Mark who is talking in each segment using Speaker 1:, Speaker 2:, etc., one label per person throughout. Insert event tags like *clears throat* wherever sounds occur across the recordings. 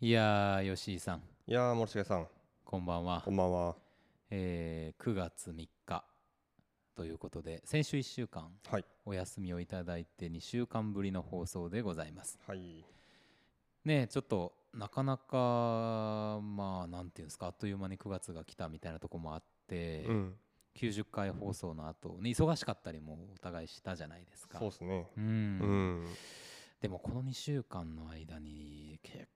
Speaker 1: いやー、吉井さん、
Speaker 2: いやー森重さん
Speaker 1: こんばんは
Speaker 2: こ。んばんは
Speaker 1: えー9月3日ということで、先週1週間、
Speaker 2: はい
Speaker 1: お休みをいただいて2週間ぶりの放送でございます。
Speaker 2: はい
Speaker 1: ねえちょっとなかなか、まあ、なんていうんですか、あっという間に9月が来たみたいなとこもあって、
Speaker 2: うん
Speaker 1: 90回放送の後、ね、忙しかったりもお互いしたじゃないですか。
Speaker 2: そうですね
Speaker 1: うん
Speaker 2: うん
Speaker 1: でもこの2週間の間に結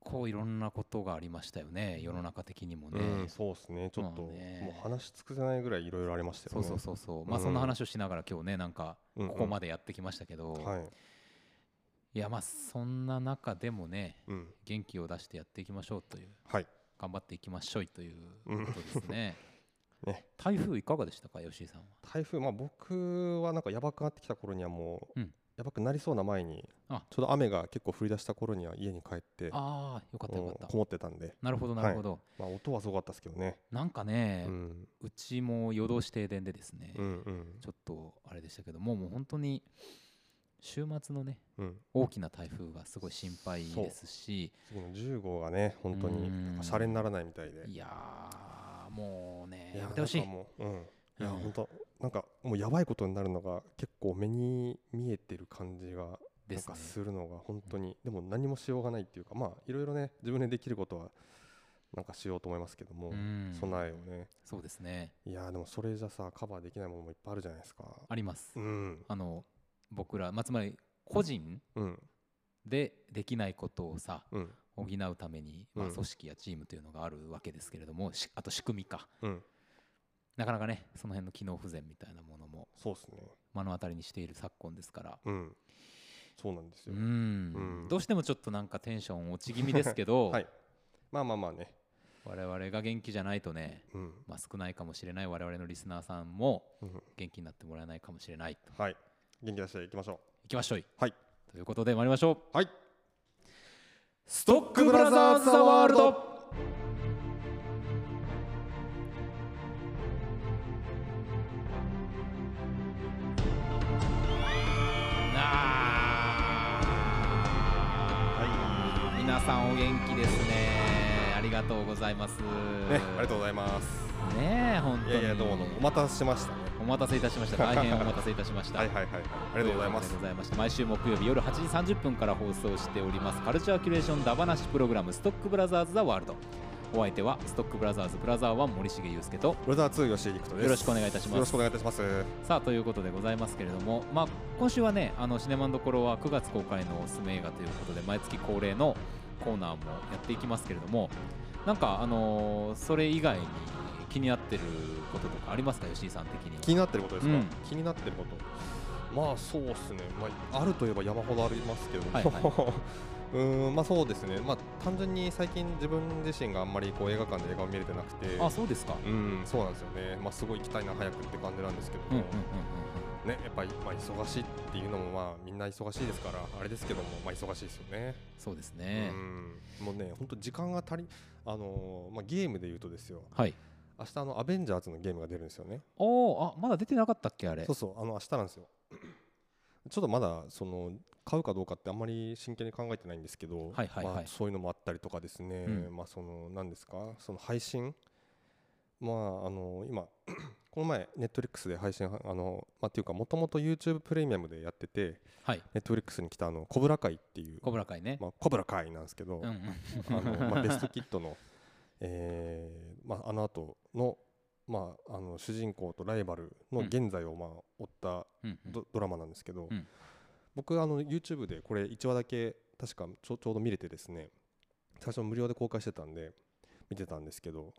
Speaker 1: 構いろんなことがありましたよね世の中的にもね、
Speaker 2: うんそうですねちょっと
Speaker 1: まあね
Speaker 2: もう話し尽くせないぐらいいろいろありました
Speaker 1: そ
Speaker 2: よ
Speaker 1: う
Speaker 2: ね
Speaker 1: そうそうそうまあ
Speaker 2: うん
Speaker 1: そんな話をしながら今日ねなんか
Speaker 2: うんうん
Speaker 1: ここまでやってきましたけど、
Speaker 2: はい
Speaker 1: いやまあそんな中でもね
Speaker 2: うん
Speaker 1: 元気を出してやっていきましょうという
Speaker 2: はい
Speaker 1: 頑張っていきましょうということですね
Speaker 2: *laughs* ね
Speaker 1: 台風いかがでしたか吉井さんは
Speaker 2: 台風まあ僕はなんかやばくなってきた頃にはもう、
Speaker 1: うん
Speaker 2: やばくなりそうな前に
Speaker 1: あ
Speaker 2: ちょうど雨が結構降り出した頃には家に帰って
Speaker 1: ああよかったよかっ
Speaker 2: うん
Speaker 1: た
Speaker 2: こもってたんで
Speaker 1: なるほどなるほど、
Speaker 2: まあ音はすごかったですけどね
Speaker 1: なんかね、
Speaker 2: う
Speaker 1: うんちも夜通し停電でですね、
Speaker 2: うんうん
Speaker 1: ちょっとあれでしたけどもうもう本当に週末のね
Speaker 2: うん
Speaker 1: 大きな台風がすごい心配ですし
Speaker 2: 次の10号がね本当に
Speaker 1: うん
Speaker 2: なんかシャレにならないみたいで
Speaker 1: いやーもうね
Speaker 2: いや
Speaker 1: やめてほしい
Speaker 2: なんかもう、うん、いや、
Speaker 1: うん
Speaker 2: 本当なんかもうやばいことになるのが結構目に見えてる感じが
Speaker 1: で
Speaker 2: なん
Speaker 1: す
Speaker 2: か
Speaker 1: ね
Speaker 2: するのが本当に、でも何もしようがないっていうかまあいろいろね自分でできることはなんかしようと思いますけども、
Speaker 1: うん
Speaker 2: 備えをね
Speaker 1: そうですね
Speaker 2: いやでもそれじゃさカバーできないものもいっぱいあるじゃないですか
Speaker 1: あります
Speaker 2: うん
Speaker 1: あの僕らまあつまり個人
Speaker 2: うん
Speaker 1: でできないことをさ
Speaker 2: うん
Speaker 1: 補うためにまあ
Speaker 2: うん
Speaker 1: 組織やチームというのがあるわけですけれどもしあと仕組みか
Speaker 2: うん
Speaker 1: なかなかねその辺の機能不全みたいなものも
Speaker 2: そうですね
Speaker 1: 目の当たりにしている昨今ですから
Speaker 2: うんそうなんです
Speaker 1: う
Speaker 2: よ、うんん
Speaker 1: どうしてもちょっとなんかテンション落ち気味ですけど、
Speaker 2: *laughs* はいまあまあまあね
Speaker 1: 我々が元気じゃないとね、
Speaker 2: うん
Speaker 1: まあ、少ないかもしれない我々のリスナーさんも
Speaker 2: うん
Speaker 1: 元気になってもらえないかもしれないと
Speaker 2: はい元気出していきましょ
Speaker 1: いきましょう
Speaker 2: うはい
Speaker 1: ということで参りましょう
Speaker 2: はい
Speaker 1: ストックブラザーズ・ザ・ワールド
Speaker 2: はい
Speaker 1: 皆さんお元気ですねありがとうございます
Speaker 2: ね、ありがとうございます。
Speaker 1: ねえ本当に
Speaker 2: いやいや、どうもどうも、お待たせしましたね。
Speaker 1: お待たせいたしました大変お待たせいたしました
Speaker 2: はいはいはいはい、ありがとうございます
Speaker 1: とう。ことでございまして毎週木曜日夜8時30分から放送しておりますカルチャーキュレーションダバなしプログラムストックブラザーズ・ザ・ワールドお相手はストックブラザーズブラザー1森重裕介と
Speaker 2: ブラザー2吉井陸斗です。
Speaker 1: よろしくお願いいたします
Speaker 2: よろしくお願いいたします。
Speaker 1: さあということでございますけれども、まあ、今週はねあのシネマンどころは9月公開のおすすめ映画ということで毎月恒例のコーナーもやっていきますけれどもなんかあのーそれ以外に気になってることとかありますか吉井さん的には
Speaker 2: 気になってることですか、
Speaker 1: うん
Speaker 2: 気になってること。まあそうですね、まあ、あるといえば山ほどありますけども、
Speaker 1: はいは
Speaker 2: *laughs* うーんまあそうですね、まあ、単純に最近自分自身があんまりこう映画館で映画を見れてなくて
Speaker 1: あそうですか、
Speaker 2: うんそうなんですよね、まあ、すごい行きたいな早くって感じなんですけど
Speaker 1: うんう
Speaker 2: も、
Speaker 1: んうん
Speaker 2: ね、やっぱり、まあ、忙しいっていうのもまあみんな忙しいですからあれですけども、まあ、忙しいですよね。
Speaker 1: そうですね、
Speaker 2: うんもうね、本当時間が足り、あのーまあ、ゲームで言うとですよ、
Speaker 1: はい
Speaker 2: 明日あのアベンジャーズのゲームが出るんですよね。
Speaker 1: おおあまだ出てなかったっけあれ
Speaker 2: そうそう、あの明日なんですよ。 *clears throat* ちょっとまだその買うかどうかってあんまり真剣に考えてないんですけ
Speaker 1: は
Speaker 2: ど、
Speaker 1: いはいはい
Speaker 2: まあ、そういうのもあったりとかですね、
Speaker 1: うん
Speaker 2: まあその何ですか、その配信、まああの今 *clears throat* この前ネットフリックスで配信あのまあっていうかもともと YouTube プレミアムでやってて、
Speaker 1: はい
Speaker 2: ネットフリックスに来たあのコブラ会っていう、
Speaker 1: 小倉会ね、
Speaker 2: まあコブラ会なんですけど、
Speaker 1: うんうん
Speaker 2: あの *laughs* まあ、ベストキッドの、えーまあ、あの後の,、まあ、あの主人公とライバルの
Speaker 1: うん
Speaker 2: 現在を、まあ、追った
Speaker 1: うんうん
Speaker 2: ド,、ドラマなんですけど、
Speaker 1: うん
Speaker 2: 僕あの YouTube でこれ1話だけ確かちょちょうど見れてですね最初無料で公開してたんで見てたんですけど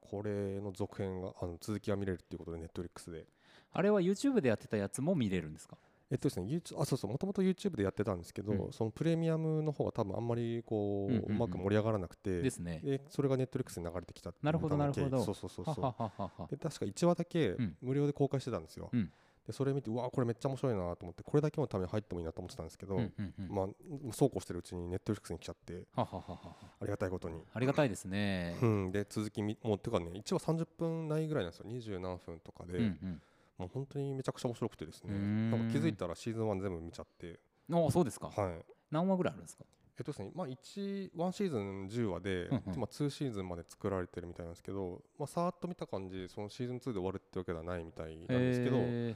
Speaker 2: これの続編があの続きが見れるっていうことで Netflix で。
Speaker 1: あれは YouTube でやってたやつも見れるんですか
Speaker 2: えっとですね、YouTube あそうそうもともと YouTube でやってたんですけど、
Speaker 1: うん
Speaker 2: そのプレミアムの方が多分あんまりこう,、
Speaker 1: うん
Speaker 2: う
Speaker 1: うんうん
Speaker 2: まく盛り上がらなくて
Speaker 1: ですね
Speaker 2: でそれがネットリックスに流れてきたっていう
Speaker 1: なるほど
Speaker 2: 多分経緯
Speaker 1: なるほど
Speaker 2: そうそうそう
Speaker 1: は
Speaker 2: そう
Speaker 1: はははは
Speaker 2: で確か1話だけ
Speaker 1: うん
Speaker 2: 無料で公開してたんですよ、
Speaker 1: うん
Speaker 2: でそれ見てうわこれめっちゃ面白いなと思ってこれだけのために入ってもいいなと思ってたんですけ
Speaker 1: う
Speaker 2: ど、
Speaker 1: んうんうん
Speaker 2: まあそうこうしてるうちにネットリックスに来ちゃって
Speaker 1: ははははは
Speaker 2: ありがたいことに、
Speaker 1: ありがたいですね
Speaker 2: う。ん、で続きみもうてかね1話30分ないぐらいなんですよ二十何分とか *laughs* で、
Speaker 1: うん
Speaker 2: もう本当にめちゃくちゃ面白くてですね
Speaker 1: うーん
Speaker 2: なんか気づいたらシーズン1全部見ちゃって
Speaker 1: うん、おそうですか、
Speaker 2: はい
Speaker 1: 何話ぐらいあるんですか
Speaker 2: えっとですね、まあ、1ワンシーズン10話で、
Speaker 1: うんうん
Speaker 2: まあ、2シーズンまで作られてるみたいなんですけど、まあ、さーっと見た感じそのシーズン2で終わるってわけではないみたいなんですけど、
Speaker 1: え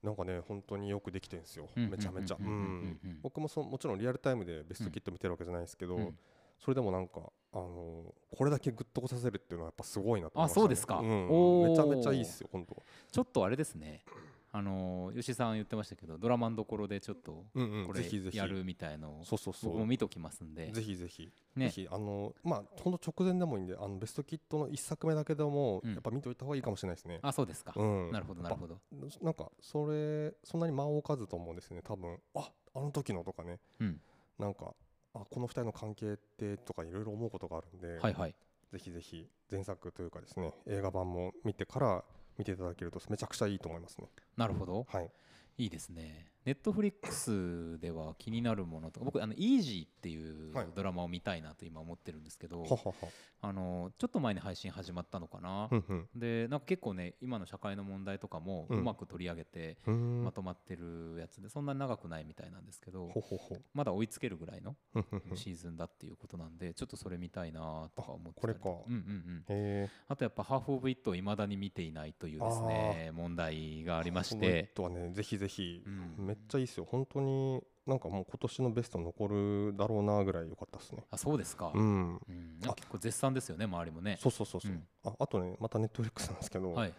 Speaker 2: なんかね本当によくできてるんですよ、
Speaker 1: ー
Speaker 2: めちゃめちゃ。
Speaker 1: うんうん
Speaker 2: うん
Speaker 1: うんうんうん
Speaker 2: 僕もそもちろんリアルタイムでベストキット見てるわけじゃないですけど、
Speaker 1: うん
Speaker 2: それでもなんか、あのーこれだけグッとこさせるっていうのはやっぱすごいなと思いました、
Speaker 1: あ
Speaker 2: ね、
Speaker 1: そうですか
Speaker 2: ん
Speaker 1: おー
Speaker 2: めちゃめちゃいいですよ本当、
Speaker 1: ちょっとあれですねあのー吉井さん言ってましたけどドラマのところでちょっと
Speaker 2: うんうん、
Speaker 1: こ
Speaker 2: ぜ
Speaker 1: れ
Speaker 2: ひぜひ
Speaker 1: やるみたいのを
Speaker 2: そうそうそ
Speaker 1: 僕も
Speaker 2: う
Speaker 1: 見ときますんで
Speaker 2: ぜひぜひ、
Speaker 1: ね
Speaker 2: ぜひあのーまあほんと直前でもいいんであのベストキットの一作目だけでも、
Speaker 1: うん
Speaker 2: やっぱ見といた方がいいかもしれないですね
Speaker 1: あそうですか
Speaker 2: うん
Speaker 1: なるほどなるほど
Speaker 2: やっぱなんかそれそんなに間を置かずと思うんですよね多分ああの時のとかね
Speaker 1: うん
Speaker 2: なんかあこの二人の関係ってとかいろいろ思うことがあるんで、
Speaker 1: はいはい
Speaker 2: ぜひぜひ前作というかですね映画版も見てから見ていただけるとめちゃくちゃいいと思いますね。
Speaker 1: なるほど
Speaker 2: はい、
Speaker 1: いいですねネットフリックスでは気になるものとか僕あのイージーっていう
Speaker 2: はい
Speaker 1: ドラマを見たいなと今思ってるんですけど、
Speaker 2: ははは。
Speaker 1: あのーちょっと前に配信始まったのかな
Speaker 2: う、んうん
Speaker 1: でなんか結構ね今の社会の問題とかもう
Speaker 2: うん
Speaker 1: まく取り上げて
Speaker 2: うーん。
Speaker 1: まとまってるやつでそんなに長くないみたいなんですけど
Speaker 2: ほほほ。
Speaker 1: まだ追いつけるぐらいの
Speaker 2: うんうんうん。
Speaker 1: シーズンだっていうことなんでちょっとそれ見たいなとか思って
Speaker 2: あこれ
Speaker 1: たりと
Speaker 2: か
Speaker 1: うんうんうん
Speaker 2: ええ。
Speaker 1: あとやっぱ「ハーフ・オブ・イット」をいまだに見ていないというですね問題がありまして
Speaker 2: とはねぜひぜひ、
Speaker 1: うん
Speaker 2: めっちゃいいですよ本当になんかもう今年のベスト残るだろうなぐらい良かったですね。
Speaker 1: あそうですか、
Speaker 2: う
Speaker 1: うん
Speaker 2: ん。
Speaker 1: なんか結構絶賛ですよね周りもね
Speaker 2: そうそうそうそう。
Speaker 1: うん
Speaker 2: ああとねまたネットフリックスなんですけど、
Speaker 1: はい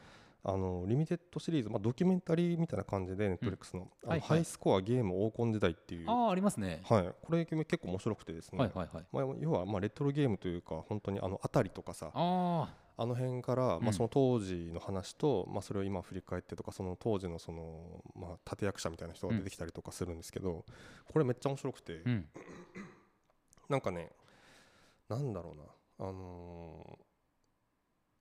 Speaker 2: あのリミテッドシリーズまあドキュメンタリーみたいな感じでネットフリックスの,、あの
Speaker 1: はいはい
Speaker 2: ハイスコアゲーム黄金時代っていう
Speaker 1: ああありますね
Speaker 2: はいこれ結構面白くてですね。
Speaker 1: はいはいはい
Speaker 2: まあ、要はまあレトロゲームというか本当にあの辺りとかさあ
Speaker 1: あ
Speaker 2: の辺から
Speaker 1: う
Speaker 2: ま
Speaker 1: ん
Speaker 2: あその当時の話とまあそれを今振り返ってとかその当時のそのまあ立役者みたいな人が出てきたりとかするんですけどこれめっちゃ面白くて
Speaker 1: あうん
Speaker 2: なんかねなんだろうなあの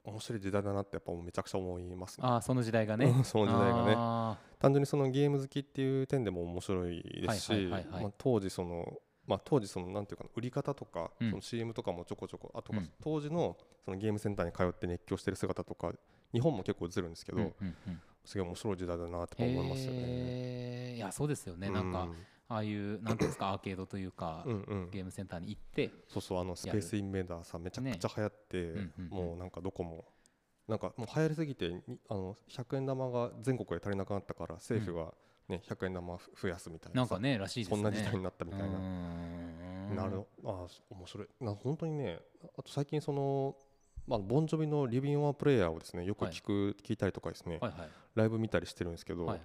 Speaker 2: ー面白い時代だなってやっぱもうめちゃくちゃ思いますね。
Speaker 1: ああその時代がね
Speaker 2: *laughs* その時代がね
Speaker 1: あ
Speaker 2: 単純にそのゲーム好きっていう点でも面白いです
Speaker 1: は
Speaker 2: し
Speaker 1: いはいはいはい
Speaker 2: まあ当時そのまあ当時そのなんていうかな売り方とか
Speaker 1: うん
Speaker 2: その CM とかもちょこちょこあとか
Speaker 1: うん
Speaker 2: 当時のそのゲームセンターに通って熱狂してる姿とか日本も結構映るんですけ
Speaker 1: ーうん
Speaker 2: ど
Speaker 1: うんうん
Speaker 2: すげえ面白い時代だなって思いますよね。
Speaker 1: へえいやそうですよねなん
Speaker 2: う
Speaker 1: かああいうなんていうんですかアーケードというか
Speaker 2: うんうん
Speaker 1: ゲームセンターに行って
Speaker 2: そうそうあのスペースインベーダーさめちゃく
Speaker 1: ね
Speaker 2: ちゃ流行って
Speaker 1: うんうんうん
Speaker 2: もうなんかどこもなんかもう流行りすぎてにあの100円玉が全国で足りなくなったから政府がね100円玉増やすみたいな
Speaker 1: なん
Speaker 2: さ
Speaker 1: かねらしいです
Speaker 2: そ
Speaker 1: ね
Speaker 2: んな時代になったみたいな
Speaker 1: う。ーん
Speaker 2: なるほどああそ面白いな本当にねあと最近その、まあ、ボンジョビの「リビン・ワン・プレイヤー」をですねよく
Speaker 1: はい
Speaker 2: 聞く、聞いたりとかですね、
Speaker 1: はいはい
Speaker 2: ライブ見たりしてるんですけど、
Speaker 1: はい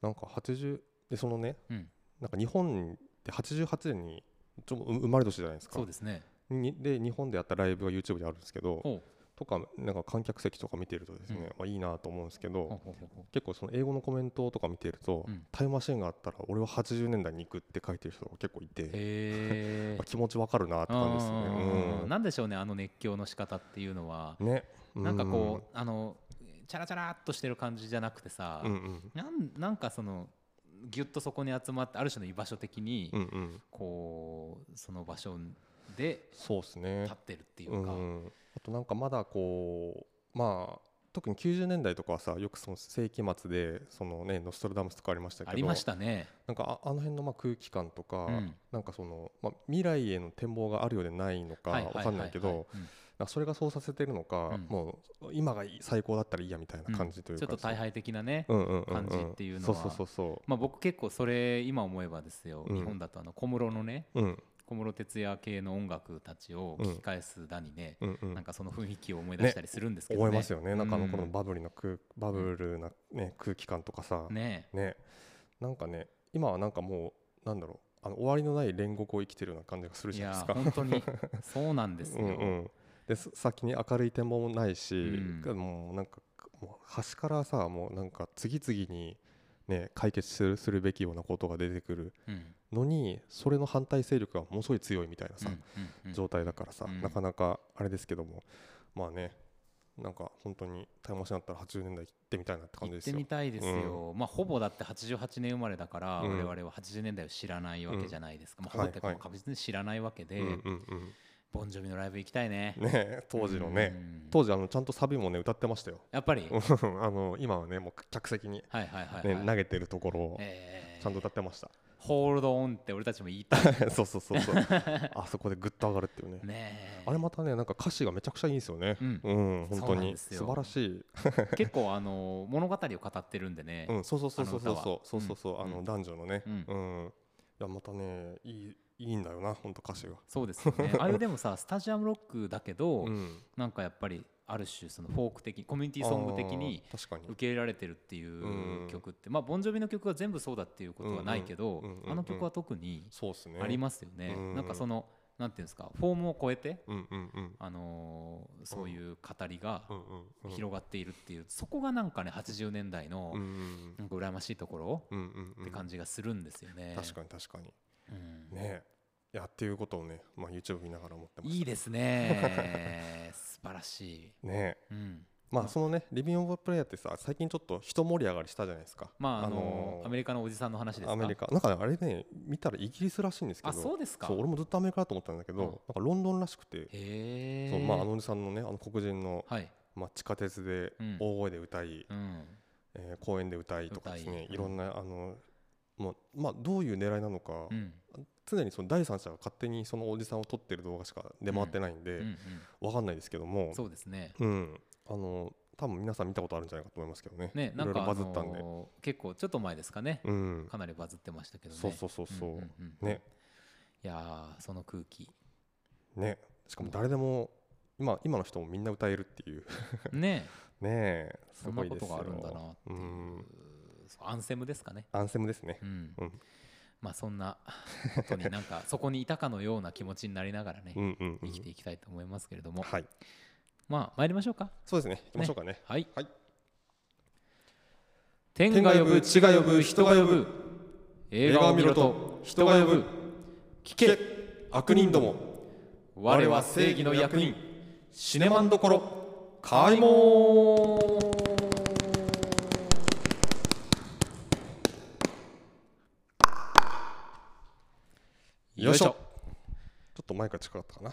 Speaker 2: なんか80でそのね
Speaker 1: うん
Speaker 2: なんか日本って88年にちょう生まれ年じゃないですか
Speaker 1: そうですね
Speaker 2: にで日本でやったライブが YouTube であるんですけど
Speaker 1: ほ
Speaker 2: とかなんか観客席とか見てるとですね、
Speaker 1: うん
Speaker 2: まあ、いいなと思うんですけ
Speaker 1: うほう
Speaker 2: ど
Speaker 1: ほうほうほ
Speaker 2: 結構その英語のコメントとか見てると、
Speaker 1: ううん
Speaker 2: タイムマシーンがあったら俺は80年代に行くって書いてる人が結構いて、
Speaker 1: へ
Speaker 2: *laughs* まあ気持ちわかるなって感じですね。うん
Speaker 1: え。なんでしょうねあの熱狂の仕方っていうのは、
Speaker 2: ね、
Speaker 1: なんかこうあのチャラチャラっとしてる感じじゃなくてさ、
Speaker 2: うんうん
Speaker 1: なんなんかそのぎゅっとそこに集まってある種の居場所的に、
Speaker 2: うんうん
Speaker 1: こうその場所で
Speaker 2: そうですね
Speaker 1: 立ってるっていううか、
Speaker 2: んあとなんかまだこうまあ特に90年代とかはさよくその世紀末でそのねノストラダムスとかありましたけど
Speaker 1: ありましたね。
Speaker 2: なんかああの辺のまあ空気感とか、
Speaker 1: うん
Speaker 2: なんかその、まあ、未来への展望があるようでないのか
Speaker 1: はい
Speaker 2: わかんないけど、
Speaker 1: ははは
Speaker 2: なんかそれがそうさせてるのか、
Speaker 1: うん
Speaker 2: もう今がいい最高だったらいいやみたい
Speaker 1: うん
Speaker 2: な感じという
Speaker 1: ち
Speaker 2: か、
Speaker 1: ょっと大敗的なね、
Speaker 2: うんうんうんうん
Speaker 1: 感じっていうのは
Speaker 2: そうそうそうそ
Speaker 1: まあ、僕結構それ今思えばですよ、
Speaker 2: うん
Speaker 1: 日本だとあの小室のね
Speaker 2: ううん
Speaker 1: 小室哲哉系の音楽たちを聞き返すだにね、
Speaker 2: うんうん
Speaker 1: なんかその雰囲気を思い出したりするんですけど、ね
Speaker 2: 思いますよね、なんかあの頃
Speaker 1: う
Speaker 2: のバブルの空バブルな、ね、空気感とかさ、ね
Speaker 1: ね
Speaker 2: なんかね、今はなんかもう、なんだろう、あの終わりのない煉獄を生きてるような感じがする
Speaker 1: い
Speaker 2: じゃないで
Speaker 1: や
Speaker 2: すか。
Speaker 1: 本当
Speaker 2: *laughs*
Speaker 1: にそうなんです
Speaker 2: う
Speaker 1: よ、
Speaker 2: んうん、です先に明るい展望もないし、
Speaker 1: うん
Speaker 2: もうなんか、もう端からさ、もうなんか次々に、ね、解決するするべきようなことが出てくる
Speaker 1: うん
Speaker 2: のに、それの反対勢力がものすごい強いみたいなさ、
Speaker 1: うんうん
Speaker 2: 状態だからさ、
Speaker 1: うん
Speaker 2: なかなかあれですけどもまあねなんか本当にタイムマシンあったら80年代行ってみたいなって感
Speaker 1: 行
Speaker 2: じで
Speaker 1: っ
Speaker 2: す
Speaker 1: て
Speaker 2: よ
Speaker 1: みたいですよ、まあほぼだって88年生まれだから、
Speaker 2: うん
Speaker 1: 我々は80年代を知らないわけじゃないですか、まあ、
Speaker 2: は
Speaker 1: ほ
Speaker 2: い
Speaker 1: ぼっていうかもう確実に知らないわけで、
Speaker 2: うんうん
Speaker 1: ボンジョビのライブ行きたいね
Speaker 2: うん、ねえ当時の
Speaker 1: う
Speaker 2: ね
Speaker 1: ん
Speaker 2: 当時あのちゃんとサビもね歌ってましたよ
Speaker 1: やっぱり、はい
Speaker 2: *laughs* あの今はねもう客席に、ね
Speaker 1: はいはいはい、
Speaker 2: 投げてるところを
Speaker 1: えー *laughs*
Speaker 2: ちゃんと歌ってました、
Speaker 1: ホールドオンって俺たちも言いたい
Speaker 2: そうそうそうそう
Speaker 1: *laughs*
Speaker 2: あそこでぐっと上がるっていうね
Speaker 1: ね
Speaker 2: *laughs* あれまたねなんか歌詞がめちゃくちゃいいんですよね
Speaker 1: うん
Speaker 2: うん本
Speaker 1: そう
Speaker 2: 当
Speaker 1: なん
Speaker 2: に
Speaker 1: ですよ
Speaker 2: 素晴らしい
Speaker 1: 結構あの物語を語ってるんでね、
Speaker 2: うん、そうそうそうそうそうそうそ
Speaker 1: あの歌は
Speaker 2: うそうそう、
Speaker 1: うん
Speaker 2: あの男女のね、
Speaker 1: う
Speaker 2: うんん、いやまたね、いいいいんだよな、本当歌詞が。
Speaker 1: そうですよね
Speaker 2: *laughs*
Speaker 1: あれでもさスタジアムロックだけど、
Speaker 2: うん、
Speaker 1: なんかやっぱりある種そのフォーク的コミュニティソング的に
Speaker 2: あー確かに
Speaker 1: 受、け入れられてるっていううん曲って、まあボンジョビの曲は全部そうだっていうことはないけど、
Speaker 2: うんうんうんうん
Speaker 1: あの曲は特に
Speaker 2: そうですね。
Speaker 1: ありますよね、
Speaker 2: うん
Speaker 1: なんかそのなんていうんですかフォームを超えて、
Speaker 2: うんうんうん
Speaker 1: あのーそういう語りが
Speaker 2: うんうんうん
Speaker 1: 広がっているっていう、そこがなんかね80年代の
Speaker 2: うんうん
Speaker 1: なんか羨ましいところ
Speaker 2: うんうんうん
Speaker 1: って感
Speaker 2: じ、
Speaker 1: じがするんですよね。
Speaker 2: 確かに確かに
Speaker 1: うん
Speaker 2: ねえ、いやっていうことをね、まあ YouTube 見ながら思ってました。
Speaker 1: いいです
Speaker 2: *laughs*
Speaker 1: ね素晴らしい、
Speaker 2: ね
Speaker 1: う
Speaker 2: え。
Speaker 1: ん、
Speaker 2: ま
Speaker 1: うん
Speaker 2: あそのね、リビングオブプレイヤーってさ、最近ちょっと一盛り上がりしたじゃないですか。
Speaker 1: まああのーアメリカのおじさんの話ですか
Speaker 2: アメリカなんかねあれね見たらイギリスらしいんですけど
Speaker 1: あそうですか
Speaker 2: そう俺もずっとアメリカだと思ったんだけど、
Speaker 1: うん
Speaker 2: なんかロンドンらしくて
Speaker 1: へえ
Speaker 2: そうまああのおじさんのねあの黒人の、
Speaker 1: はい、
Speaker 2: まあ、地下鉄で
Speaker 1: うん
Speaker 2: 大声で歌い、
Speaker 1: うん、
Speaker 2: えー公園で歌いとかですね
Speaker 1: 歌い
Speaker 2: いろんなあのもうまあどういう狙いなのか、
Speaker 1: うん
Speaker 2: 常にその第三者が勝手にそのおじさんを撮ってる動画しか出回ってないん
Speaker 1: う
Speaker 2: で、
Speaker 1: ん
Speaker 2: わかんないですけども
Speaker 1: うん、そうですね
Speaker 2: うんあの多分皆さん見たことあるんじゃないかと思いますけどね
Speaker 1: ね
Speaker 2: い
Speaker 1: なん
Speaker 2: ろい
Speaker 1: か
Speaker 2: ろ
Speaker 1: あ
Speaker 2: バズったんで、
Speaker 1: のー結構ちょっと前ですかね、
Speaker 2: うん
Speaker 1: かなりバズってましたけどね
Speaker 2: そうそうそうそう、
Speaker 1: んんうん
Speaker 2: ね
Speaker 1: いやーその空気
Speaker 2: ねしかも誰でも今今の人もみんな歌えるっていう *laughs*
Speaker 1: ね
Speaker 2: ねえす
Speaker 1: そんな
Speaker 2: ごい
Speaker 1: こ
Speaker 2: です
Speaker 1: と
Speaker 2: よ
Speaker 1: があるんだなっていう
Speaker 2: うん
Speaker 1: アンセムですかね
Speaker 2: アンセムですね
Speaker 1: うん、
Speaker 2: うん
Speaker 1: まあそんなことになんかそこにいたかのような気持ちになりながらね、
Speaker 2: うんうん、う
Speaker 1: 生きて
Speaker 2: ん、
Speaker 1: いきたいと思いますけれども、
Speaker 2: はい
Speaker 1: まあ参りましょうか
Speaker 2: そうですね行きましょうかね
Speaker 1: はい、
Speaker 2: はい
Speaker 1: 天が呼ぶ地が呼ぶ人が呼ぶ映画を見ろと人が呼ぶ
Speaker 2: 聞け悪人ども
Speaker 1: 我は正義の役人
Speaker 2: シネマンどころ開
Speaker 1: 門
Speaker 2: 門よいしょちょっと前から近かったかな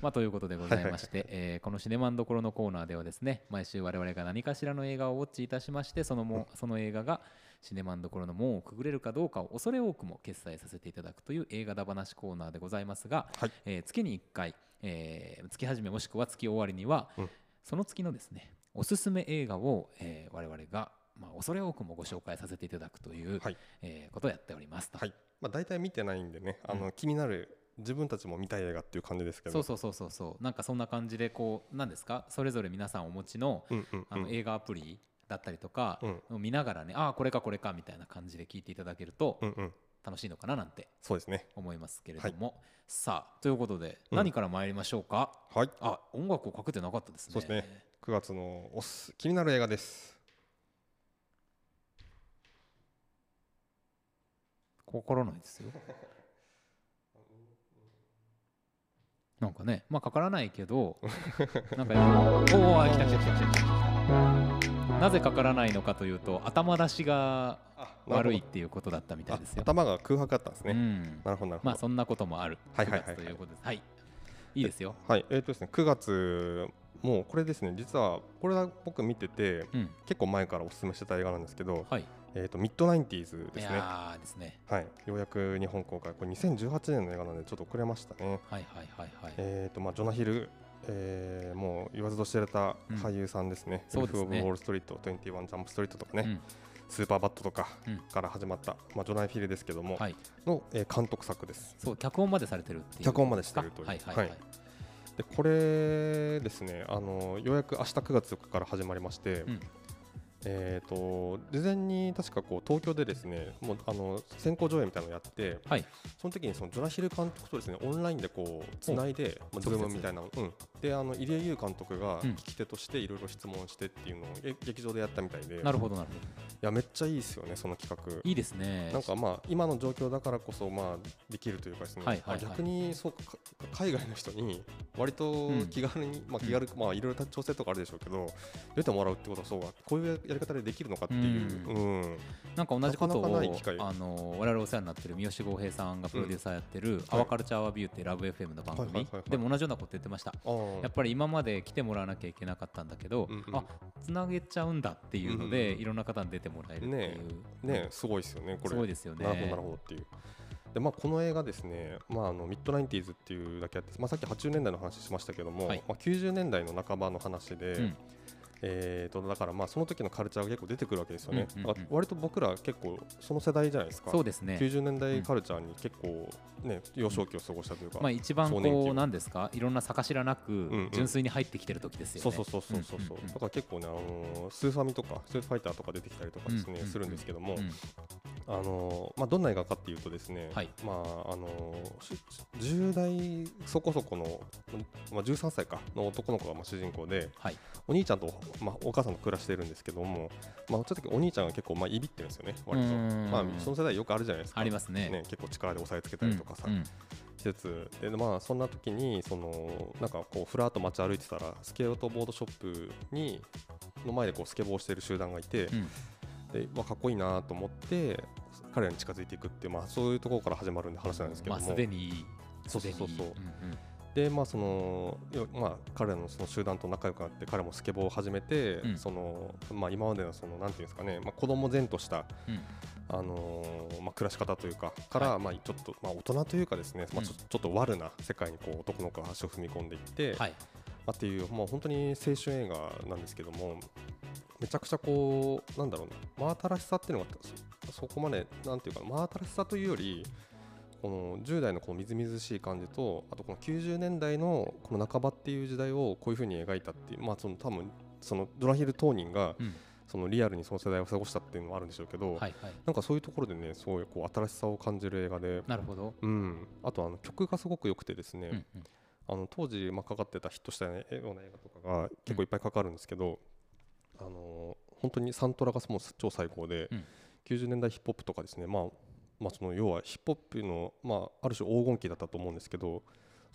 Speaker 1: まあ、ということでございまして、えーこのシネマンどころのコーナーではですね毎週我々が何かしらの映画をウォッチいたしましてそのもその映画がシネマンどころの門をくぐれるかどうかを恐れ多くも決済させていただくという映画だ話コーナーでございますが、
Speaker 2: はい
Speaker 1: えー月に1回、えー月始めもしくは月終わりには、
Speaker 2: うん
Speaker 1: その月のですねおすすめ映画を、えー我々が、まあ、恐れ多くもご紹介させていただくという、
Speaker 2: はい
Speaker 1: えーことをやっておりますと。
Speaker 2: はいまあ大体見てないんでねあの、気になる自分たちも見たい映画っていう感じですけど
Speaker 1: そうそうそうそうそうなんかそんな感じでこう何ですかそれぞれ皆さんお持ちの
Speaker 2: うんうんうん
Speaker 1: あの映画アプリだったりとかを見ながらね、ああこれかこれかみたいな感じで聞いていただけると
Speaker 2: うんうん
Speaker 1: 楽しいのかななんて
Speaker 2: そうですね
Speaker 1: 思いますけれども、さあということで
Speaker 2: うん
Speaker 1: 何から参りましょうか、
Speaker 2: はい
Speaker 1: あ音楽をかけてなかったですね
Speaker 2: そうですね9月のおす気になる映画です
Speaker 1: わからないですよなんかねまあかからないけ
Speaker 2: *laughs*
Speaker 1: どなんかよくおお来た来た来た来た来たなぜかからないのかというと頭出しが悪いっていうことだったみたいですよ、
Speaker 2: 頭が空白だったんですね、
Speaker 1: うん、
Speaker 2: なるほどなるほど、
Speaker 1: まあそんなこともある。
Speaker 2: はいはいはい
Speaker 1: 9月ということです。はい。いいですよ。
Speaker 2: はい、えーとですね、9月、もうこれですね、実はこれは僕見てて、
Speaker 1: うん。
Speaker 2: 結構前からお勧めしてた映画なんですけど、
Speaker 1: はい。
Speaker 2: えー、とミッドナインティーズ
Speaker 1: い
Speaker 2: ですね、
Speaker 1: やーですね。
Speaker 2: はい、ようやく日本公開、これ2018年の映画なんで、ちょっと遅れましたね。
Speaker 1: はいはいはいはい。
Speaker 2: えーとまあ、ジョナヒル、えーもう言わずと知れた俳優さんですね、
Speaker 1: そうですね
Speaker 2: ウルフ・オブ・ウォール・ストリート、21ジャンプ・ストリートとかね、
Speaker 1: うん
Speaker 2: スーパーバットとか
Speaker 1: うん
Speaker 2: から始まった、まあ、ジョナヒルですけども、
Speaker 1: はい。
Speaker 2: の、えー監督作です。
Speaker 1: そう脚本までされてるっていう。
Speaker 2: 脚本までしてるという
Speaker 1: あはいはいはい
Speaker 2: は。でこれですねあのようやく明日9月4日から始まりまして、
Speaker 1: うん
Speaker 2: えー、と事前に確かこう東京でですねもうあの先行上映みたいなのをやって
Speaker 1: はい。
Speaker 2: その時にそのジョナヒル監督とですねオンラインでこうつないで、まあ、ズ
Speaker 1: 直接
Speaker 2: ームみたいなの、うん、であの入江優監督が
Speaker 1: うん
Speaker 2: 聞き手としていろいろ質問してっていうのをえ劇場でやったみたいで、
Speaker 1: ないるほどなるほど。
Speaker 2: やめっちゃいいですよねその企画。
Speaker 1: いいですね。
Speaker 2: なんかまあ今の状況だからこそまあできるというかですね、
Speaker 1: はいはいはい
Speaker 2: あ逆にそうか海外の人に割と
Speaker 1: うん
Speaker 2: 気軽に、まあ気軽まあいろいろ調整とかあるでしょうけど出てもらうってことはそうかこういうやり方でできるのかっていう、
Speaker 1: う
Speaker 2: うん
Speaker 1: なんか同じことを
Speaker 2: なかなかない機会
Speaker 1: あの我々お世話になってる三好剛平さんがプロデューサーやってる「アワカルチャーアワビュー」っていうラブ f m の番
Speaker 2: はいはい
Speaker 1: 組
Speaker 2: はいはい
Speaker 1: でも同じようなこと言ってました
Speaker 2: ああうん
Speaker 1: やっぱり今まで来てもらわなきゃいけなかったんだけど、
Speaker 2: うんうん
Speaker 1: あつなげちゃうんだっていうの
Speaker 2: うん
Speaker 1: で、
Speaker 2: うん
Speaker 1: いろんな方に出てもらえるっていう、
Speaker 2: ねねすごいですよねこれ
Speaker 1: すごいですよね。
Speaker 2: なるほどなるほどっていうで、まあ、この映画ですね、まあ、あのミッドナインティーズっていうだけあって、まあ、さっき80年代の話しましたけども、
Speaker 1: はい
Speaker 2: まあ、90年代の半ばの話で、
Speaker 1: うん
Speaker 2: えー、とだからまあその時のカルチャーが結構出てくるわけですよね、
Speaker 1: うんうんうん
Speaker 2: だから割と僕ら結構その世代じゃないですか
Speaker 1: そうですね。
Speaker 2: 90年代カルチャーに結構、ね、幼少期を過ごしたというか、
Speaker 1: まあ一番
Speaker 2: 少年期
Speaker 1: こ
Speaker 2: を
Speaker 1: うなんですか、いろんな坂知らな
Speaker 2: うんう
Speaker 1: く
Speaker 2: ん
Speaker 1: 純粋に入ってきてる時ですよ
Speaker 2: そう
Speaker 1: ね。
Speaker 2: そうそうそうそうそう、
Speaker 1: うんうんうん
Speaker 2: だから結構ね、あのースーファミとかスーファイターとか出てきたりとかですね、
Speaker 1: うんうんうん
Speaker 2: するんですけども、
Speaker 1: うん
Speaker 2: あのーまあ、どんな映画かっていうとですね、
Speaker 1: はい
Speaker 2: まああのーし10代そこそこの、まあ、13歳かの男の子がまあ主人公で
Speaker 1: はい。
Speaker 2: お兄ちゃんと、まあ、お母さんと暮らしてるんですけども、まあ、ちょっとお兄ちゃんが結構まあいびってるんですよね割と、
Speaker 1: うーん
Speaker 2: まあ、その世代よくあるじゃないですか
Speaker 1: ありますね。
Speaker 2: ね、結構力で押さえつけたりとかさ、
Speaker 1: うんうん
Speaker 2: 施設でまあそんな時にそのなんかこうふらっと街歩いてたらスケートボードショップにの前でこうスケボーをしてる集団がいて、
Speaker 1: うん
Speaker 2: でまあ、かっこいいなと思って彼らに近づいていくっていう、まあ、そういうところから始まるんで話なんですけど
Speaker 1: ま
Speaker 2: も、
Speaker 1: あすでにいい。
Speaker 2: そうそうそう
Speaker 1: すでにいいんん
Speaker 2: でまあそのよまあ彼らのその集団と仲良くなって彼もスケボーを始めて、
Speaker 1: うん
Speaker 2: そのまあ今までのそのなんていうんですかね、まあ、子供前とした
Speaker 1: うん
Speaker 2: あのーまあ、暮らし方というかから、
Speaker 1: は
Speaker 2: まあ、ちょっと、まあ、大人というかですね、まあ、ちょ
Speaker 1: うん
Speaker 2: ちょっと悪な世界にこう男の子が足を踏み込んでいって、
Speaker 1: はい。
Speaker 2: まあ、っていう、まあ、本当に青春映画なんですけどもめちゃくちゃこうなんだろうな真新しさっていうのがそそこまでなんていうかな真新しさというよりこの10代のこのみずみずしい感じとあとこの90年代のこの半ばっていう時代をこういうふうに描いたっていう、まあ、その多分そのドラヒル当人が
Speaker 1: うん
Speaker 2: そのリアルにその世代を過ごしたっていうのはあるんでしょうけど、
Speaker 1: はいはい。
Speaker 2: なんかそういうところでね、すごいこう新しさを感じる映画で、
Speaker 1: なるほど。
Speaker 2: うん、あとあの曲がすごく良くてです
Speaker 1: うん
Speaker 2: ね、あの当時まあかかってたヒットしたような映画とかが結構いっぱいかかるんですけど、あの本当にサントラがもう超最高で、
Speaker 1: うん
Speaker 2: 90年代ヒップホップとかですね、まあまあ、その要はヒップホップの、まあ、ある種黄金期だったと思うんですけど、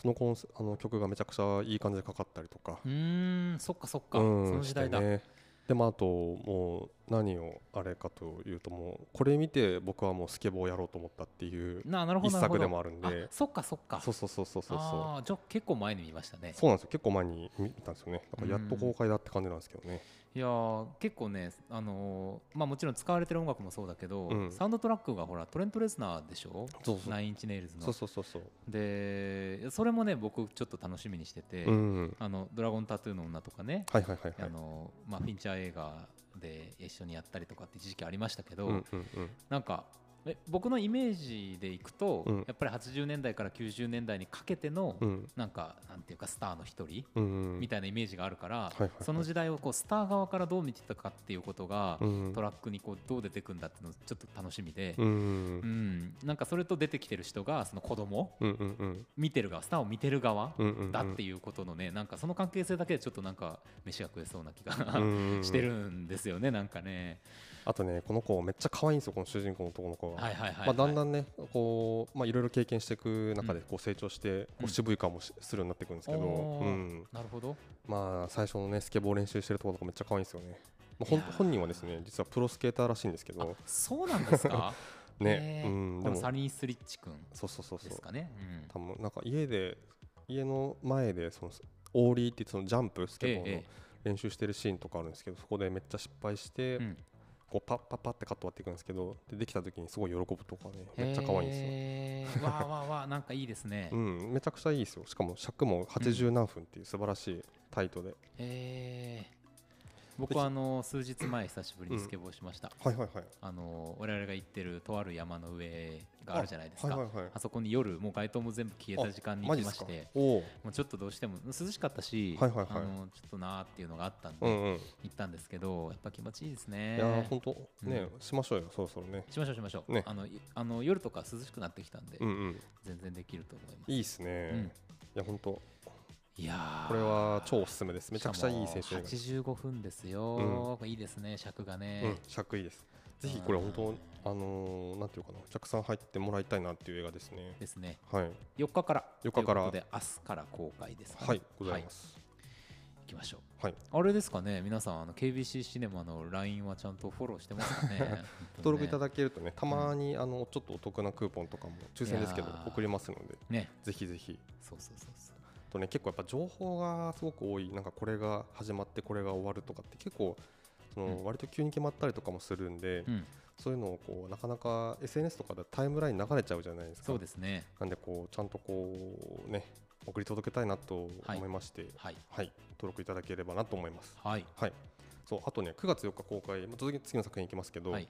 Speaker 2: そのコンスあの曲がめちゃくちゃいい感じでかかったりとか、
Speaker 1: うん。うーん、そっかそっか。そ
Speaker 2: うん
Speaker 1: の時代だ
Speaker 2: して。ね、でまああともう何をあれかというともうこれ見て僕はもうスケボーをやろうと思ったっていう
Speaker 1: ななるほ
Speaker 2: 一
Speaker 1: どなるほ
Speaker 2: 作
Speaker 1: ど。
Speaker 2: でもあるんで
Speaker 1: あそっかそっか。
Speaker 2: そうそうそうそうそうそ
Speaker 1: ああ、じゃあ結構前に見ましたね
Speaker 2: う。そうなんですよ結構前に見たんですよねだからやっと公開だって感じなんですけどね
Speaker 1: いやー結構ね、あのーまあ、もちろん使われてる音楽もそうだけど、
Speaker 2: うん
Speaker 1: サウンドトラックがほらトレント・レスナーでしょ
Speaker 2: そうそう
Speaker 1: ナインチネイルズの
Speaker 2: そうそうそうそう
Speaker 1: でそれもね僕ちょっと楽しみにしてて「
Speaker 2: うん
Speaker 1: あのドラゴンタトゥーの女」とかね、
Speaker 2: はいはいはいは
Speaker 1: あ
Speaker 2: い
Speaker 1: のーまあ、フィンチャー映画で一緒にやったりとかって一時期ありましたけ
Speaker 2: う
Speaker 1: ど、
Speaker 2: んうんうん
Speaker 1: なんかえ僕のイメージでいくと、
Speaker 2: うん
Speaker 1: やっぱり80年代から90年代にかけての、
Speaker 2: うん
Speaker 1: なんかなんていうかスターの一人
Speaker 2: うんうん
Speaker 1: みたいなイメージがあるから、
Speaker 2: いはいはい
Speaker 1: その時代をこうスター側からどう見てたかっていうことが、
Speaker 2: うん
Speaker 1: トラックにこうどう出てくんだっていうのちょっと楽しみで、
Speaker 2: うん
Speaker 1: うんなんかそれと出てきてる人がその子供
Speaker 2: うんうんうん
Speaker 1: 見てる側スターを見てる側
Speaker 2: うんうん
Speaker 1: だっていうことのねなんかその関係性だけでちょっとなんか飯が食えそうな気
Speaker 2: うん
Speaker 1: が
Speaker 2: うんうん
Speaker 1: *laughs* してるんですよねなんかね。
Speaker 2: あとねこの子めっちゃ可愛いんですよこの主人公の男の子が
Speaker 1: はいはいはい、はい
Speaker 2: まあ、だんだんねこう、まあ、いろいろ経験していく中で
Speaker 1: うん
Speaker 2: こう成長して、こ
Speaker 1: う
Speaker 2: うん渋い顔もしするようになっていくんですけど、
Speaker 1: おー
Speaker 2: うん
Speaker 1: なるほど
Speaker 2: まあ、最初の、ね、スケボー練習してるところとかめっちゃ可愛いんですよね。まあ、ほん
Speaker 1: いやー
Speaker 2: 本人はですね実はプロスケーターらしいんですけ
Speaker 1: あ
Speaker 2: ど、
Speaker 1: そうなんですか
Speaker 2: *laughs* ね
Speaker 1: へー
Speaker 2: う
Speaker 1: こ
Speaker 2: ん、で
Speaker 1: の
Speaker 2: も
Speaker 1: サリー・スリッチ君
Speaker 2: そうそうそうそ
Speaker 1: で
Speaker 2: う
Speaker 1: すかね。うん
Speaker 2: 多分なんか家で家の前でそのオーリーってそのジャンプスケボ
Speaker 1: え
Speaker 2: ーの
Speaker 1: え
Speaker 2: 練習してるシーンとかあるんですけどそこでめっちゃ失敗して、
Speaker 1: うん
Speaker 2: こうパッパッパッってカット割っていくんですけどでできた時にすごい喜ぶとかねめっちゃ可愛いんですよ。
Speaker 1: へーわあわあわあなんかいいですね。
Speaker 2: うん、めちゃくちゃいいですよ。しかも尺も80何分っていう素晴らしいタイトで。
Speaker 1: えー僕はあの数日前久しぶりにスケボーしました、
Speaker 2: はいはいはい。
Speaker 1: あの我々が行ってるとある山の上があるじゃないですか
Speaker 2: は
Speaker 1: あ,、
Speaker 2: いはいはい。
Speaker 1: そこに夜もう街灯も全部消えた時間に行
Speaker 2: マ
Speaker 1: き
Speaker 2: ジ
Speaker 1: ま
Speaker 2: です
Speaker 1: し
Speaker 2: か
Speaker 1: て。
Speaker 2: おお。
Speaker 1: もうちょっとどうしても涼しかったし、
Speaker 2: はいはいはい
Speaker 1: あのちょっとなーっていうのがあったんで、
Speaker 2: うんうん。
Speaker 1: 行ったんですけどやっぱ気持ちいいです
Speaker 2: い
Speaker 1: ね
Speaker 2: やー本当ね
Speaker 1: う
Speaker 2: しましょうよそろそろね。
Speaker 1: しましょうしましょう、
Speaker 2: ね
Speaker 1: あのいあの夜とか涼しくなってきたんで、
Speaker 2: うんうん。
Speaker 1: 全然できると思います
Speaker 2: いいです
Speaker 1: うん
Speaker 2: ね。いや本当
Speaker 1: いやー
Speaker 2: これは超おすすめです。めちゃくちゃいい青春映画です。
Speaker 1: 85分ですよ、いいですね尺がね、
Speaker 2: うん、尺いいです。ぜひこれ本当あのーなんていうかな、たくさん入ってもらいたいなっていう映画ですね。
Speaker 1: ですね
Speaker 2: はい
Speaker 1: 4日から
Speaker 2: 4日か
Speaker 1: とい
Speaker 2: ら
Speaker 1: うことで明日から公開ですかね
Speaker 2: はいございますす。
Speaker 1: はい、行きましょう
Speaker 2: はい。
Speaker 1: あれですかね皆さんあの KBC シネマの LINE はちゃんとフォローしてますかね
Speaker 2: *laughs* 登録いた
Speaker 1: だ
Speaker 2: だけるとね、たまにあのちょっとお得なクーポンとかも抽選ですけど
Speaker 1: いやー
Speaker 2: 送りますので、
Speaker 1: ね
Speaker 2: ぜひぜひ
Speaker 1: そうそうそうそう
Speaker 2: とね結構やっぱ情報がすごく多いなんかこれが始まってこれが終わるとかって結構そ
Speaker 1: うん
Speaker 2: の割と急に決まったりとかもするんで、
Speaker 1: うん、
Speaker 2: そういうのをこうなかなか SNS とかでタイムライン流れちゃうじゃないですか
Speaker 1: そうですね。
Speaker 2: なんでこうちゃんとこうね送り届けたいなと
Speaker 1: はい
Speaker 2: 思いまして、はい
Speaker 1: はい。
Speaker 2: 登録いただければなと思います。
Speaker 1: はい。
Speaker 2: はいそうあとね9月4日公開、まあ、続き次の作品いきますけど、
Speaker 1: はい。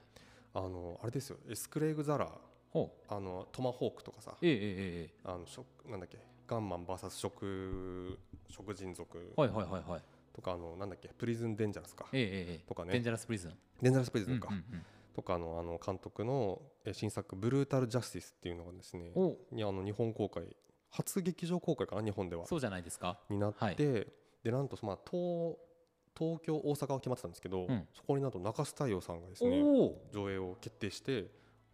Speaker 2: あのあれですよエスクレイグ・ザラー
Speaker 1: ほう。
Speaker 2: あのトマホークとかさ
Speaker 1: えええええ
Speaker 2: あの食なんだっけガンマン VS 食食人族
Speaker 1: え。はいはいはいはい。
Speaker 2: とかあのなんだっけプリズン・デンジャラスか
Speaker 1: ええええええ。
Speaker 2: とかね
Speaker 1: デンジャラスプリズン。
Speaker 2: デンジャラス・プリ
Speaker 1: う
Speaker 2: ズ
Speaker 1: んう
Speaker 2: ン
Speaker 1: ん
Speaker 2: か、
Speaker 1: うん。
Speaker 2: とかのあの監督のえ新作「ブルータル・ジャスティス」っていうのがですね
Speaker 1: お、
Speaker 2: にあの日本公開初劇場公開かな日本では
Speaker 1: そうじゃないですか。
Speaker 2: になって、
Speaker 1: はい
Speaker 2: でなんとまあ東東京大阪は決まってたんですけど、
Speaker 1: うん
Speaker 2: そこになんと中須太陽さんがです
Speaker 1: お
Speaker 2: ね
Speaker 1: お
Speaker 2: 上映を決定して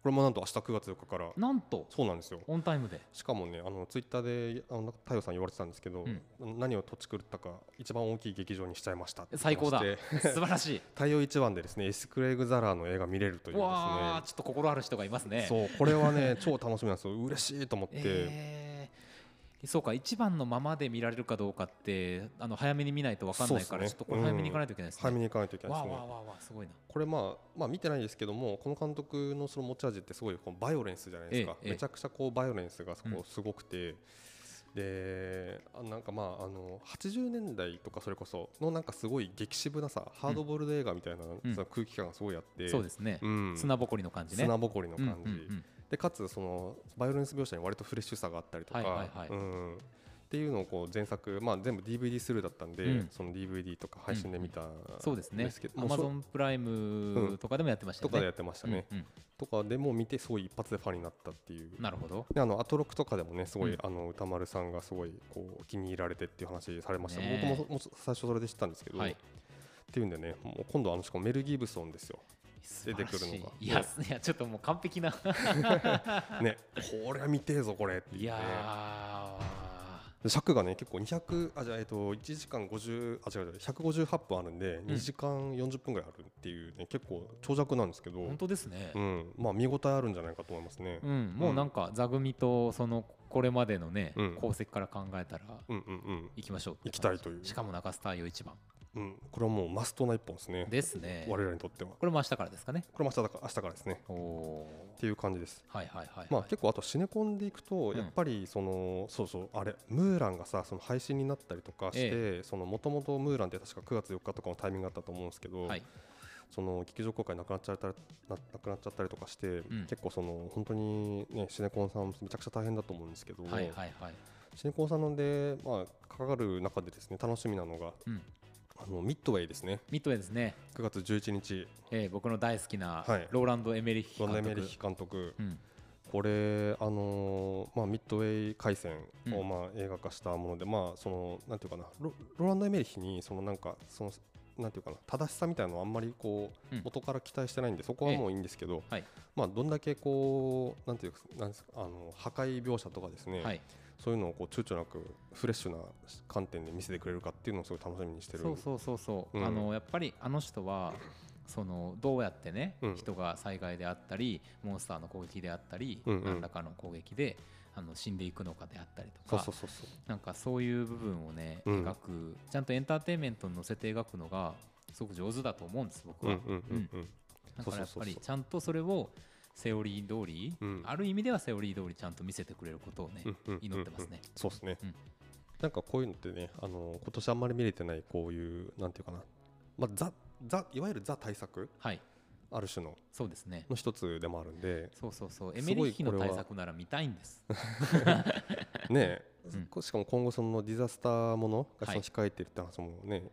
Speaker 2: これもなんと明日9月4日から
Speaker 1: ー。なんと。
Speaker 2: そうなんですよ
Speaker 1: オンタイム
Speaker 2: *laughs*
Speaker 1: で。
Speaker 2: しかもねあのツイッターであの太陽さん言われてたんですけど、何をとっち狂ったか一番大きい劇場にしちゃいましたって言
Speaker 1: 最
Speaker 2: ってま
Speaker 1: 高
Speaker 2: して
Speaker 1: だ。素晴らしい。
Speaker 2: 太陽一番でですねエスクレイグ・ザラーの映画見れるというですね
Speaker 1: わあ、ちょっと心ある人がいますね。う。
Speaker 2: そうこれはね超楽しみなんですよ嬉しいと思って、
Speaker 1: ええそうか一番のままで見られるかどうかってあの早めに見ないと分かんないから、
Speaker 2: そうっすね
Speaker 1: ちょっとこれ早めに行かないといけないですね。
Speaker 2: 早めに行かないといけないで
Speaker 1: わ
Speaker 2: す
Speaker 1: あわ
Speaker 2: ね
Speaker 1: あわあわあすごいな。
Speaker 2: これまあまあ見てないですけどもこの監督のその持ち味ってすごいこうバイオレンスじゃないですか、
Speaker 1: ええええ
Speaker 2: めちゃくちゃこうバイオレンスがそ
Speaker 1: うん
Speaker 2: こすごくて、であなんかまああの80年代とかそれこそのなんかすごい激渋なさハードボールド映画みたいな、
Speaker 1: ん
Speaker 2: その空気感がすごいあって、
Speaker 1: そうですね。
Speaker 2: うん
Speaker 1: 砂ぼこりの感じね。
Speaker 2: 砂ぼこりの感じ、
Speaker 1: うんうんうん
Speaker 2: でかつそのバイオレンス描写に割とフレッシュさがあったりとか、
Speaker 1: はいはいはい
Speaker 2: うんっていうのをこう前作、まあ、全部 DVD スルーだったんで、
Speaker 1: うん
Speaker 2: その DVD とか配信で見た、
Speaker 1: そうですね
Speaker 2: ですけ。ど
Speaker 1: ア
Speaker 2: もう
Speaker 1: マ
Speaker 2: そ
Speaker 1: ゾンプライムとかでもやってました
Speaker 2: と
Speaker 1: よ
Speaker 2: か
Speaker 1: ね。
Speaker 2: でやってましたね、
Speaker 1: うんうん
Speaker 2: とかでも見てすごい一発でファンになったっていう
Speaker 1: なるほど。
Speaker 2: であのアトロクとかでもねすごい、
Speaker 1: うん
Speaker 2: あの歌丸さんがすごいこう気に入られてっていう話されました、
Speaker 1: ねえ
Speaker 2: 僕ももう最初それで知ったんですけど、
Speaker 1: はい
Speaker 2: っていうんでねもう今度あのしかもメル・ギブソンですよ、出てくるのが
Speaker 1: 素晴らしいい
Speaker 2: ね
Speaker 1: や、いやちょっともう完璧な。
Speaker 2: ね、これは見てえぞこれって言って
Speaker 1: いや
Speaker 2: で尺がね結構200あじゃあえっと1時間50あ違う違う158分あるんで
Speaker 1: ん
Speaker 2: 2時間40分ぐらいあるっていうね、結構長尺なんですけど
Speaker 1: ー、本当ですね
Speaker 2: う。ん、まあ見応えあるんじゃないかと思いますね
Speaker 1: う。ん、もうなんか座組とそのこれまでのね、
Speaker 2: うん
Speaker 1: 功績から考えたら
Speaker 2: うん、うん、うん
Speaker 1: 行きましょうって
Speaker 2: 行きたい
Speaker 1: 感
Speaker 2: という
Speaker 1: じ。しかも中須太陽一番
Speaker 2: うん、これはもうマストな一本ですね。
Speaker 1: ですね。こ
Speaker 2: 我らにとっては。
Speaker 1: れも明日からですかね。
Speaker 2: これも明日だから明日からですね。
Speaker 1: おお
Speaker 2: っていう感じです。
Speaker 1: ー。はいはいはいはい。
Speaker 2: まあ結構あとシネコンでいくと
Speaker 1: うん
Speaker 2: やっぱりその、そうそうあれムーランがさその配信になったりとかして、
Speaker 1: え
Speaker 2: その元々ムーランって確か9月4日とかのタイミングだったと思うんですけど、
Speaker 1: はい
Speaker 2: その劇場公開なくなっちゃったりななくなっちゃったりとかして、
Speaker 1: ん
Speaker 2: 結構その本当にねシネコンさんめちゃくちゃ大変だと思うんですけど、
Speaker 1: はいはいはい。
Speaker 2: シネコンさんなんでまあかかる中でですね楽しみなのが
Speaker 1: うん。
Speaker 2: あのミッドウェイですね
Speaker 1: ミッドウェイですね。
Speaker 2: 9月11日
Speaker 1: えー、僕の大好きな
Speaker 2: はい
Speaker 1: ローランド・エメリッヒ
Speaker 2: ロ
Speaker 1: 監
Speaker 2: ン
Speaker 1: 督。
Speaker 2: ダ・メリヒ監督、
Speaker 1: うん。
Speaker 2: これあのーまあミッドウェイ回線
Speaker 1: う
Speaker 2: を
Speaker 1: ん
Speaker 2: まあ映画化したもので、まあそのなんていうかなロローランド・エメリヒにそのなんかそのなんていうかな正しさみたいなのはあんまりこう、
Speaker 1: うん
Speaker 2: 元から期待してないんでそこはもういいんですけど、
Speaker 1: えはい
Speaker 2: まあどんだけこうなんていうかなんですかあの破壊描写とかですね、
Speaker 1: はい。
Speaker 2: そういうのをこう躊躇なくフレッシュな観点で見せてくれるかっていうのをすごい楽しみにしてる
Speaker 1: そうそうそうそう、
Speaker 2: うん
Speaker 1: あのやっぱりあの人はそのどうやってね、
Speaker 2: うん
Speaker 1: 人が災害であったりモンスターの攻撃であったり、
Speaker 2: うんうん
Speaker 1: 何らかの攻撃であの死んでいくのかであったりと
Speaker 2: そう
Speaker 1: か
Speaker 2: そうそうそう
Speaker 1: なんかそういう部分をね
Speaker 2: うん
Speaker 1: 描く、ちゃんとエンターテインメントに乗せて描くのがすごく上手だと思うんです僕
Speaker 2: うん
Speaker 1: は、
Speaker 2: うんうんうん、
Speaker 1: だからやっぱ
Speaker 2: そうそうそう
Speaker 1: り
Speaker 2: そう
Speaker 1: ちゃんとそれをセオリー通り、
Speaker 2: うん
Speaker 1: ある意味ではセオリー通りちゃんと見せてくれることをね、
Speaker 2: うんうんうんうん
Speaker 1: 祈ってますね。
Speaker 2: そうですね、
Speaker 1: うん
Speaker 2: なんかこういうのってね、あの今年あんまり見れてないこういうなんていうかな、まあザザいわゆるザ対策
Speaker 1: はい
Speaker 2: ある種の
Speaker 1: そうですね
Speaker 2: の一つでもあるんで、
Speaker 1: そうそうそうエ
Speaker 2: すごい
Speaker 1: メリッヒの
Speaker 2: これは
Speaker 1: 対策なら見たいんです
Speaker 2: ねえ、
Speaker 1: うん
Speaker 2: こしかも今後そのディザスターものがそ
Speaker 1: はい
Speaker 2: の控えてるって話もね、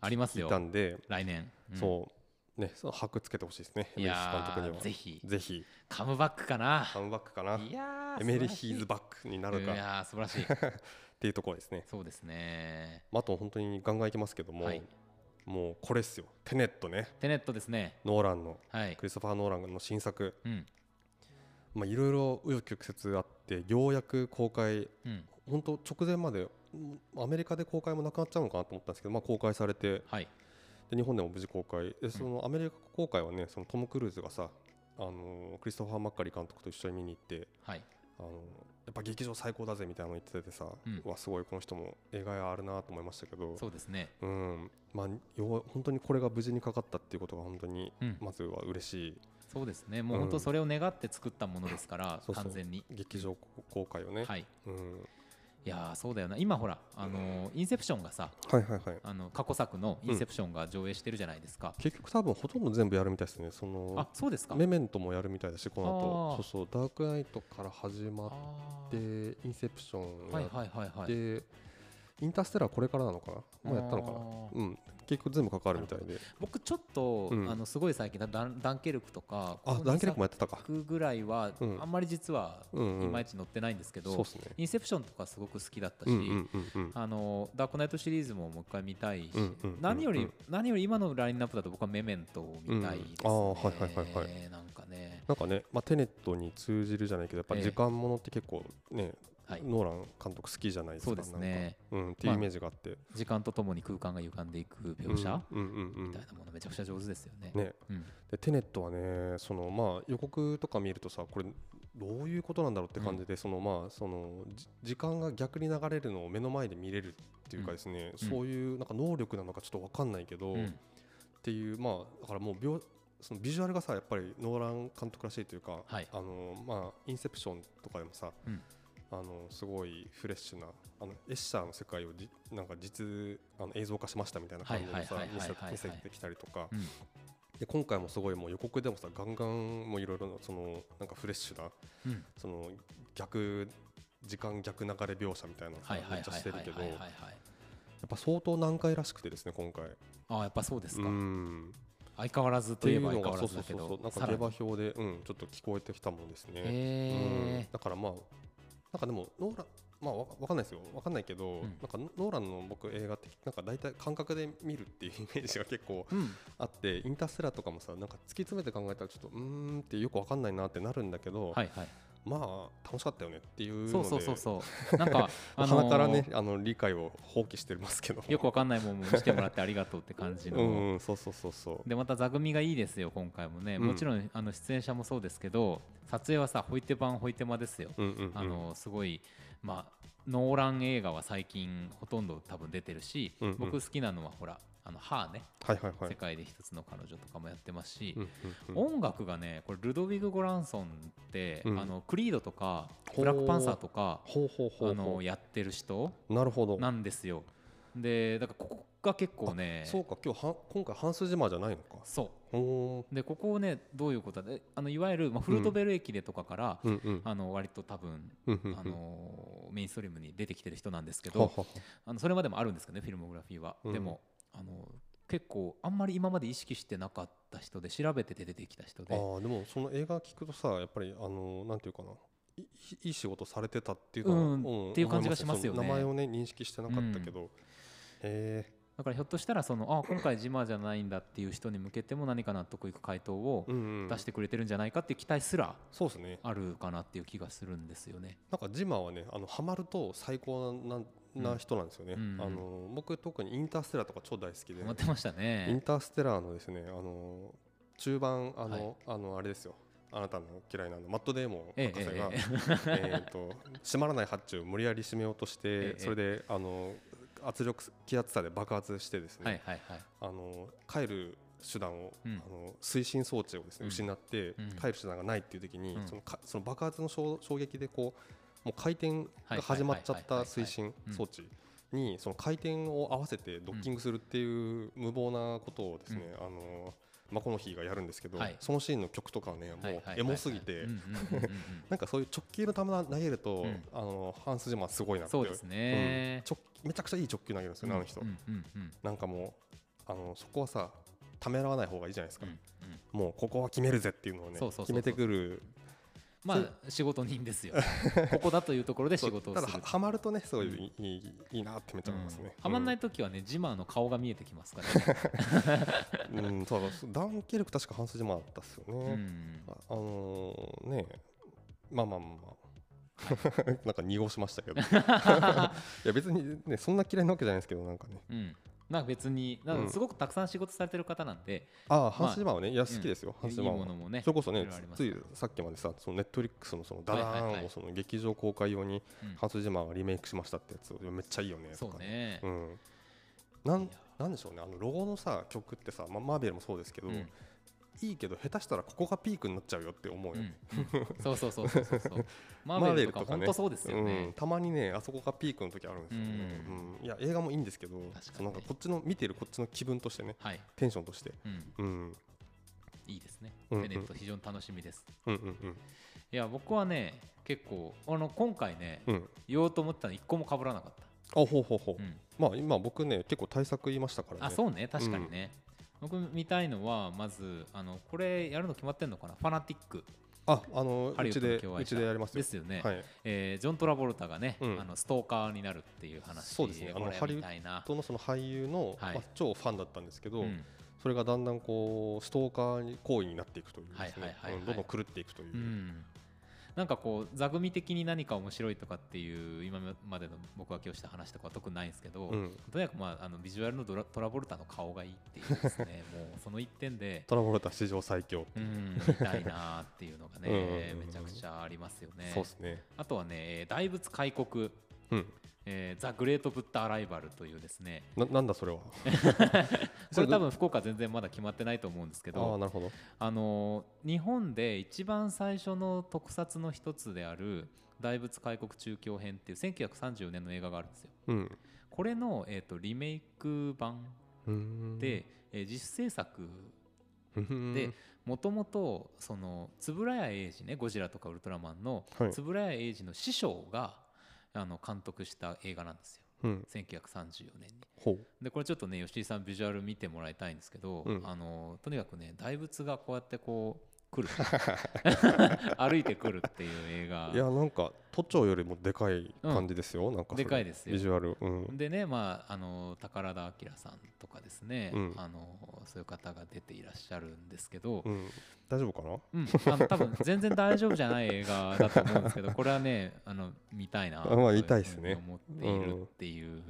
Speaker 1: あります
Speaker 2: 聞い
Speaker 1: よ
Speaker 2: たんで、
Speaker 1: 来年、うん
Speaker 2: そうね、その箔つけてほしいですね、エ
Speaker 1: い
Speaker 2: メリヒ監
Speaker 1: や
Speaker 2: 督に
Speaker 1: ー
Speaker 2: は。
Speaker 1: ぜひ
Speaker 2: ぜひ
Speaker 1: カムバックかな
Speaker 2: カムバックかな、
Speaker 1: いや
Speaker 2: エメリヒーズ
Speaker 1: バ
Speaker 2: バックになるか
Speaker 1: い
Speaker 2: っ
Speaker 1: やー素晴らしい
Speaker 2: *laughs* ていうところですね。
Speaker 1: そうですね
Speaker 2: まああと本当にガンガンいきますけども、
Speaker 1: はい
Speaker 2: もうこれっすよ、テネットね、
Speaker 1: テネットですね
Speaker 2: ノーランの、
Speaker 1: はい
Speaker 2: クリストファー・ノーランの新作。
Speaker 1: うん
Speaker 2: まあ、いろいろ紆余曲折あってようやく公開
Speaker 1: うん
Speaker 2: 本当直前までうんアメリカで公開もなくなっちゃうのかなと思ったんですけど、まあ、公開されて
Speaker 1: はい
Speaker 2: で日本でも無事公開でそのアメリカ公開はねそのトム・クルーズがさあのークリストファー・マッカリ監督と一緒に見に行って
Speaker 1: はい
Speaker 2: あのやっぱ劇場最高だぜみたいなの言っててさ、
Speaker 1: うん
Speaker 2: うわすごいこの人も映画やあるなと思いましたけど
Speaker 1: そうですね。
Speaker 2: うんまあ、よう本当にこれが無事にかかったっていうことが本当に
Speaker 1: うん
Speaker 2: まずは嬉しい、
Speaker 1: そうですね。もう本当
Speaker 2: うん
Speaker 1: それを願って作ったものですから、
Speaker 2: そうそう
Speaker 1: 完全に。
Speaker 2: 劇場公開をね、
Speaker 1: はい。
Speaker 2: うん、
Speaker 1: いやーそうだよな。今ほらあのーインセプションがさ、
Speaker 2: はいはいはい
Speaker 1: あの過去作のインセプションが上映してるじゃないですか。
Speaker 2: 結局多分ほとんど全部やるみたいですねその
Speaker 1: あそうですか。
Speaker 2: メメントもやるみたいだしこの
Speaker 1: あー
Speaker 2: 後そうそうダークナイトから始まっ
Speaker 1: あ
Speaker 2: て
Speaker 1: ー
Speaker 2: インセプション
Speaker 1: はい
Speaker 2: やっ
Speaker 1: はいはいはい。
Speaker 2: て、インターステラーこれからなのかなもうやったのか
Speaker 1: あ
Speaker 2: な
Speaker 1: ー
Speaker 2: うん結局全部関わるみたいで
Speaker 1: 僕ちょっと、
Speaker 2: うん
Speaker 1: あのすごい最近だダンダンケルクとか
Speaker 2: あダンケルクもやってたか
Speaker 1: この二作ぐらいは、
Speaker 2: うん
Speaker 1: あんまり実は、
Speaker 2: うんう
Speaker 1: いま
Speaker 2: ん
Speaker 1: いち載ってないんですけど、
Speaker 2: そうですね
Speaker 1: インセプションとかすごく好きだったし、
Speaker 2: うんうんうんうん
Speaker 1: あのダークナイトシリーズももう一回見たいし、
Speaker 2: うんうんうんうん
Speaker 1: 何より何より今のラインナップだと僕はメメントを見たいですね、
Speaker 2: うんあーはいはいはいは
Speaker 1: なんかね
Speaker 2: なんかね、まあ、テネットに通じるじゃないけどやっぱ
Speaker 1: ええ
Speaker 2: 時間ものって結構ね、
Speaker 1: はい
Speaker 2: ノーラン監督好きじゃないですか
Speaker 1: そうですね
Speaker 2: なんかうん、っていうイメージがあって、
Speaker 1: 時間とともに空間が歪んでいく描写、
Speaker 2: うんうんうんうん
Speaker 1: みたいなものめちゃくちゃ上手ですよね
Speaker 2: ね、
Speaker 1: うん
Speaker 2: でテネットはねその、まあ、予告とか見るとさこれどういうことなんだろうって感じで、そのまあ、そのじ時間が逆に流れるのを目の前で見れるっていうかですね、
Speaker 1: うん
Speaker 2: そういうなんか能力なのかちょっと分かんないけど、
Speaker 1: うん
Speaker 2: っていうまあだからもう秒そのビジュアルがさやっぱりノーラン監督らしいというか、
Speaker 1: はい
Speaker 2: あのまあインセプションとかでもさ、
Speaker 1: うん
Speaker 2: あのすごいフレッシュなあのエッシャーの世界をじなんか実あの映像化しましたみたいな感じでさ
Speaker 1: はいはいはい
Speaker 2: 見
Speaker 1: はい
Speaker 2: せ
Speaker 1: はいはい
Speaker 2: 見せてきたりとか、
Speaker 1: うん
Speaker 2: で今回もすごいもう予告でもさガンガンもういろいろなそのなんかフレッシュな
Speaker 1: うん
Speaker 2: その逆時間逆流れ描写みたいなのさ
Speaker 1: はいはい
Speaker 2: め
Speaker 1: は
Speaker 2: っ
Speaker 1: い
Speaker 2: ちゃ
Speaker 1: はい
Speaker 2: してる
Speaker 1: はい
Speaker 2: けど
Speaker 1: はい
Speaker 2: や
Speaker 1: はい
Speaker 2: っぱ相当難解らしくてですね今回。
Speaker 1: ああやっぱそうですか、
Speaker 2: うん
Speaker 1: 相変わらず
Speaker 2: っ
Speaker 1: と
Speaker 2: て
Speaker 1: い
Speaker 2: い
Speaker 1: え
Speaker 2: う
Speaker 1: ば
Speaker 2: の
Speaker 1: 相変
Speaker 2: が
Speaker 1: わ
Speaker 2: そ
Speaker 1: ら
Speaker 2: う
Speaker 1: ず
Speaker 2: そう
Speaker 1: だけど
Speaker 2: そうなん
Speaker 1: さ
Speaker 2: から下
Speaker 1: に
Speaker 2: 馬評で、うん、ちょっと聞こえてきたもんですね、うん
Speaker 1: へ
Speaker 2: だからまあだからでもノーランまあわわかんないですよわかんないけど、
Speaker 1: うん
Speaker 2: なんかノーランの僕映画ってなんか大体感覚で見るっていうイメージが結構
Speaker 1: え、うん、
Speaker 2: あってインターステラーとかもさなんか突き詰めて考えたらちょっとうーんってよくわかんないなってなるんだけど、
Speaker 1: はいはい
Speaker 2: まあ楽しかったよねっていうので
Speaker 1: そうそうそうそ
Speaker 2: *laughs*
Speaker 1: うなんかあの
Speaker 2: 鼻からねあの理解を放棄してますけど
Speaker 1: よくわかんないもんも見せてもらってありがとうって感じ
Speaker 2: うん
Speaker 1: の、
Speaker 2: うんそうそうそうそう
Speaker 1: でまた座組がいいですよ今回もね、
Speaker 2: うん
Speaker 1: もちろんあの出演者もそうですけど撮影はさホイテ版ホイテマですよ、
Speaker 2: うんうんうん
Speaker 1: あのすごいまあノーラン映画は最近ほとんど多分出てるし、
Speaker 2: うんうん
Speaker 1: 僕好きなのはほらあのハーね、
Speaker 2: はいはいは
Speaker 1: 世
Speaker 2: い、
Speaker 1: 界で一つの彼女とかもやってますし、
Speaker 2: うんうんうん
Speaker 1: 音楽がねこれルドウィグ・ゴランソンって、
Speaker 2: うん
Speaker 1: あのクリードとか
Speaker 2: ほ
Speaker 1: ブ
Speaker 2: う
Speaker 1: ラックパンサーとか
Speaker 2: ほうほうほ
Speaker 1: あ
Speaker 2: うほ
Speaker 1: のやってる人
Speaker 2: うなるほど
Speaker 1: なんですよでだからここが結構ね
Speaker 2: そうか今日は今回半筋間じゃないのか
Speaker 1: そ
Speaker 2: ほ
Speaker 1: うでここをねどういうことであのいわゆる、まあ、フルートベル駅でとかから、
Speaker 2: ううんうん
Speaker 1: あの割と多分、
Speaker 2: うんうんうん
Speaker 1: あのメインストリームに出てきてる人なんですけ
Speaker 2: はは
Speaker 1: ど
Speaker 2: は
Speaker 1: あのそれまでもあるんですけどねフィルモグラフィーは、
Speaker 2: うん
Speaker 1: でもあの結構あんまり今まで意識してなかった人で調べてて出てきた人
Speaker 2: あ
Speaker 1: で
Speaker 2: ーでもその映画聞くとさやっぱりあのなんていうかないいいい仕事されてたっていうか、
Speaker 1: うんっていう感じがしますよね
Speaker 2: 思いその名前をね認識してなかったけど、へえ
Speaker 1: だからひょっとしたらそのあ今回ジマじゃないんだっていう人に向けても何か納得いく回答を
Speaker 2: うんうん
Speaker 1: 出してくれてるんじゃないかっていう期待すら
Speaker 2: そうですね
Speaker 1: あるかなっていう気がするんですよね。
Speaker 2: なんかジマはねあのハマると最高ななな人なんですよね、
Speaker 1: うんうんうん
Speaker 2: あの僕特にインターステラーとか超大好きで、
Speaker 1: 思ってました
Speaker 2: イン
Speaker 1: ね。
Speaker 2: ターステラーのですねあの中盤あの、
Speaker 1: はい
Speaker 2: あのあれですよあなたの嫌いなあのマットデーモン
Speaker 1: ええ
Speaker 2: 博士が、
Speaker 1: ええ
Speaker 2: *laughs* えー、と閉まらない発注を無理やり閉めようとして、
Speaker 1: ええ
Speaker 2: それであの圧力気圧差で爆発してですね、
Speaker 1: はいはいはい。
Speaker 2: あの帰る手段を、
Speaker 1: うん
Speaker 2: あの推進装置をですね、
Speaker 1: うん
Speaker 2: 失って、
Speaker 1: ん
Speaker 2: 帰る手段がないっていう時に、
Speaker 1: うん
Speaker 2: そのかその爆発の衝衝撃でこうもう回転
Speaker 1: はいはいはいはい
Speaker 2: が始まっちゃった
Speaker 1: はいはい
Speaker 2: 推進装置にその回転を合わせてドッキングするっていう無謀なことをですね、あのマコノヒーがやるんですけど、
Speaker 1: はい
Speaker 2: そのシーンの曲とかはね
Speaker 1: はい
Speaker 2: もう
Speaker 1: はいはいはい
Speaker 2: エモすぎて
Speaker 1: うんうんうんうんうん
Speaker 2: なんかそういう直球の球投げると、
Speaker 1: うん
Speaker 2: あのハンス・ジマンすごいなって
Speaker 1: そうですね
Speaker 2: うん直めちゃくちゃいい直球投げるんですよね、あの人、
Speaker 1: うんうんうん
Speaker 2: なんかもうあのそこはさためらわない方がいいじゃないです
Speaker 1: う
Speaker 2: か、
Speaker 1: んうん
Speaker 2: もうここは決めるぜっていうのをね
Speaker 1: そうそうそう
Speaker 2: 決めてくる
Speaker 1: まあ仕事人ですよ。ここだというところで仕事を
Speaker 2: ただ
Speaker 1: す
Speaker 2: は
Speaker 1: る。
Speaker 2: はまるとねすごいいい,、いいなってめっちゃ思いますね、
Speaker 1: はまんないい時はねジマの顔が見えてきますからね。
Speaker 2: うん、うんそうそうダンケルク確か半数字もあったっすよ
Speaker 1: う
Speaker 2: ね、
Speaker 1: ん
Speaker 2: ああのーねえまあまあまあまあ *laughs*
Speaker 1: *laughs*
Speaker 2: なんか濁しましたけどいや別にねそんな嫌いなわけじゃないですけどなんかね
Speaker 1: うんなんか別になん
Speaker 2: うん
Speaker 1: かすごくたくさん仕事されてる方なんで、
Speaker 2: ああ阪神マンはねいや好きですよ
Speaker 1: い
Speaker 2: 阪
Speaker 1: い
Speaker 2: 神マン
Speaker 1: も
Speaker 2: は
Speaker 1: のもね
Speaker 2: それこそ
Speaker 1: い
Speaker 2: ね
Speaker 1: ろいろありま
Speaker 2: つ
Speaker 1: す
Speaker 2: い
Speaker 1: から
Speaker 2: さっきまでさそのネットリックスのそのダダ
Speaker 1: はいはい
Speaker 2: ー
Speaker 1: は
Speaker 2: ンを
Speaker 1: い
Speaker 2: その劇場公開用に
Speaker 1: うん
Speaker 2: ハンスジマンがリメイクしましたってやつめっちゃいいよねと
Speaker 1: そう
Speaker 2: か
Speaker 1: ね、
Speaker 2: うんなん
Speaker 1: いや
Speaker 2: なんでしょうねあのロゴのさ曲ってさまマーベルもそうですけど
Speaker 1: うん
Speaker 2: いいけど下手したらここがピークになっちゃうよって思う
Speaker 1: うん
Speaker 2: よ
Speaker 1: うんそうそうそうそうそうそう
Speaker 2: *laughs*
Speaker 1: マ
Speaker 2: マ
Speaker 1: ー
Speaker 2: ー
Speaker 1: ベ
Speaker 2: ベ
Speaker 1: ル
Speaker 2: ル
Speaker 1: と
Speaker 2: と
Speaker 1: か
Speaker 2: か
Speaker 1: 本
Speaker 2: ね
Speaker 1: 当そうですよ
Speaker 2: う
Speaker 1: ね
Speaker 2: ん、たまにねあそこがピークの時あるんですよね、
Speaker 1: う
Speaker 2: うんいや映画もいいんですけど
Speaker 1: 確かにね
Speaker 2: なんかこっちの見てるこっちの気分としてね
Speaker 1: はい、
Speaker 2: テンションとして、
Speaker 1: うん、
Speaker 2: うん、
Speaker 1: いいですね
Speaker 2: うんうん
Speaker 1: テネット非常に楽しみです
Speaker 2: うんうん
Speaker 1: いや僕はね結構あの今回ね、
Speaker 2: うんうん
Speaker 1: 言おうと思ったの一個も被らなかっ
Speaker 2: あほうほうほう、
Speaker 1: た、うん、
Speaker 2: まあ今僕ね結構対策言いましたからね
Speaker 1: あそうね確かにね、僕見たいのはまずあのこれやるの決まってんのかなファナティック
Speaker 2: ああの
Speaker 1: ハ
Speaker 2: う
Speaker 1: リウ
Speaker 2: ち
Speaker 1: ッドの
Speaker 2: で
Speaker 1: 共
Speaker 2: う
Speaker 1: 演
Speaker 2: ち
Speaker 1: 者
Speaker 2: でやります
Speaker 1: で
Speaker 2: よ
Speaker 1: すよね、
Speaker 2: はい
Speaker 1: えージョン・トラボルタがね、
Speaker 2: うん
Speaker 1: あのストーカーになるっていう話
Speaker 2: そうですねあの
Speaker 1: これ
Speaker 2: ハリウッ
Speaker 1: みたいな、
Speaker 2: とのその俳優の、
Speaker 1: はい
Speaker 2: まあ、超ファンだったんですけ
Speaker 1: う
Speaker 2: ど、
Speaker 1: ん
Speaker 2: それがだんだんこうストーカー行為になっていくというです
Speaker 1: はい
Speaker 2: ね
Speaker 1: はいはいはい
Speaker 2: うんどんどん狂っていくという、
Speaker 1: うんなんかこう座組的に何か面白いとかっていう今までの僕が今日した話とかは特にないんですけど、
Speaker 2: うん
Speaker 1: とにかく、まあ、あのビジュアルのドラトラボルタの顔がいいっていうです
Speaker 2: *laughs*
Speaker 1: ねもうその一点で
Speaker 2: トラボルタ史上最強、
Speaker 1: うん見たいなーっていうのがね
Speaker 2: うんうんうんうん
Speaker 1: めちゃくちゃありますよね。
Speaker 2: そうですね
Speaker 1: あとはね、えー大仏開国、
Speaker 2: うん
Speaker 1: えーザ・グレート・ブッダ・アライバルというですね、
Speaker 2: ななんだそれは
Speaker 1: これ多
Speaker 2: あ
Speaker 1: 分福岡全然まだ決まってないと思うんですけ
Speaker 2: あー
Speaker 1: ど、
Speaker 2: なるほど
Speaker 1: あのー日本で一番最初の特撮の一つである大仏開国中京編っていう1934年の映画があるんですよ。
Speaker 2: うん
Speaker 1: これの、えー、とリメイク版
Speaker 2: うーん
Speaker 1: で、えー自主制作
Speaker 2: で
Speaker 1: でもともとその円谷英二ねゴジラとかウルトラマンの
Speaker 2: はい
Speaker 1: 円谷英二の師匠があの監督した映画なんですよ
Speaker 2: うん、
Speaker 1: 1934年に。
Speaker 2: ほう
Speaker 1: でこれちょっとね吉井さんビジュアル見てもらいたいんですけど、
Speaker 2: うん
Speaker 1: あのとにかくね大仏がこうやってこう来
Speaker 2: *laughs*
Speaker 1: る *laughs* 歩いてくるっていう映
Speaker 2: いや
Speaker 1: 画
Speaker 2: なんか都庁よりもでかい感じですよ、なんかそれ
Speaker 1: でかいですよ
Speaker 2: ビジュアルうん
Speaker 1: でねまああの宝田明さんとかですね、
Speaker 2: うん
Speaker 1: あのそういう方が出ていらっしゃるんですけど、
Speaker 2: うん、大丈夫かな
Speaker 1: うん、あの多分全然大丈夫じゃない映画だと思うんですけどこれはねあの見たいな
Speaker 2: あまあ見たいっすね
Speaker 1: と思っているっていう、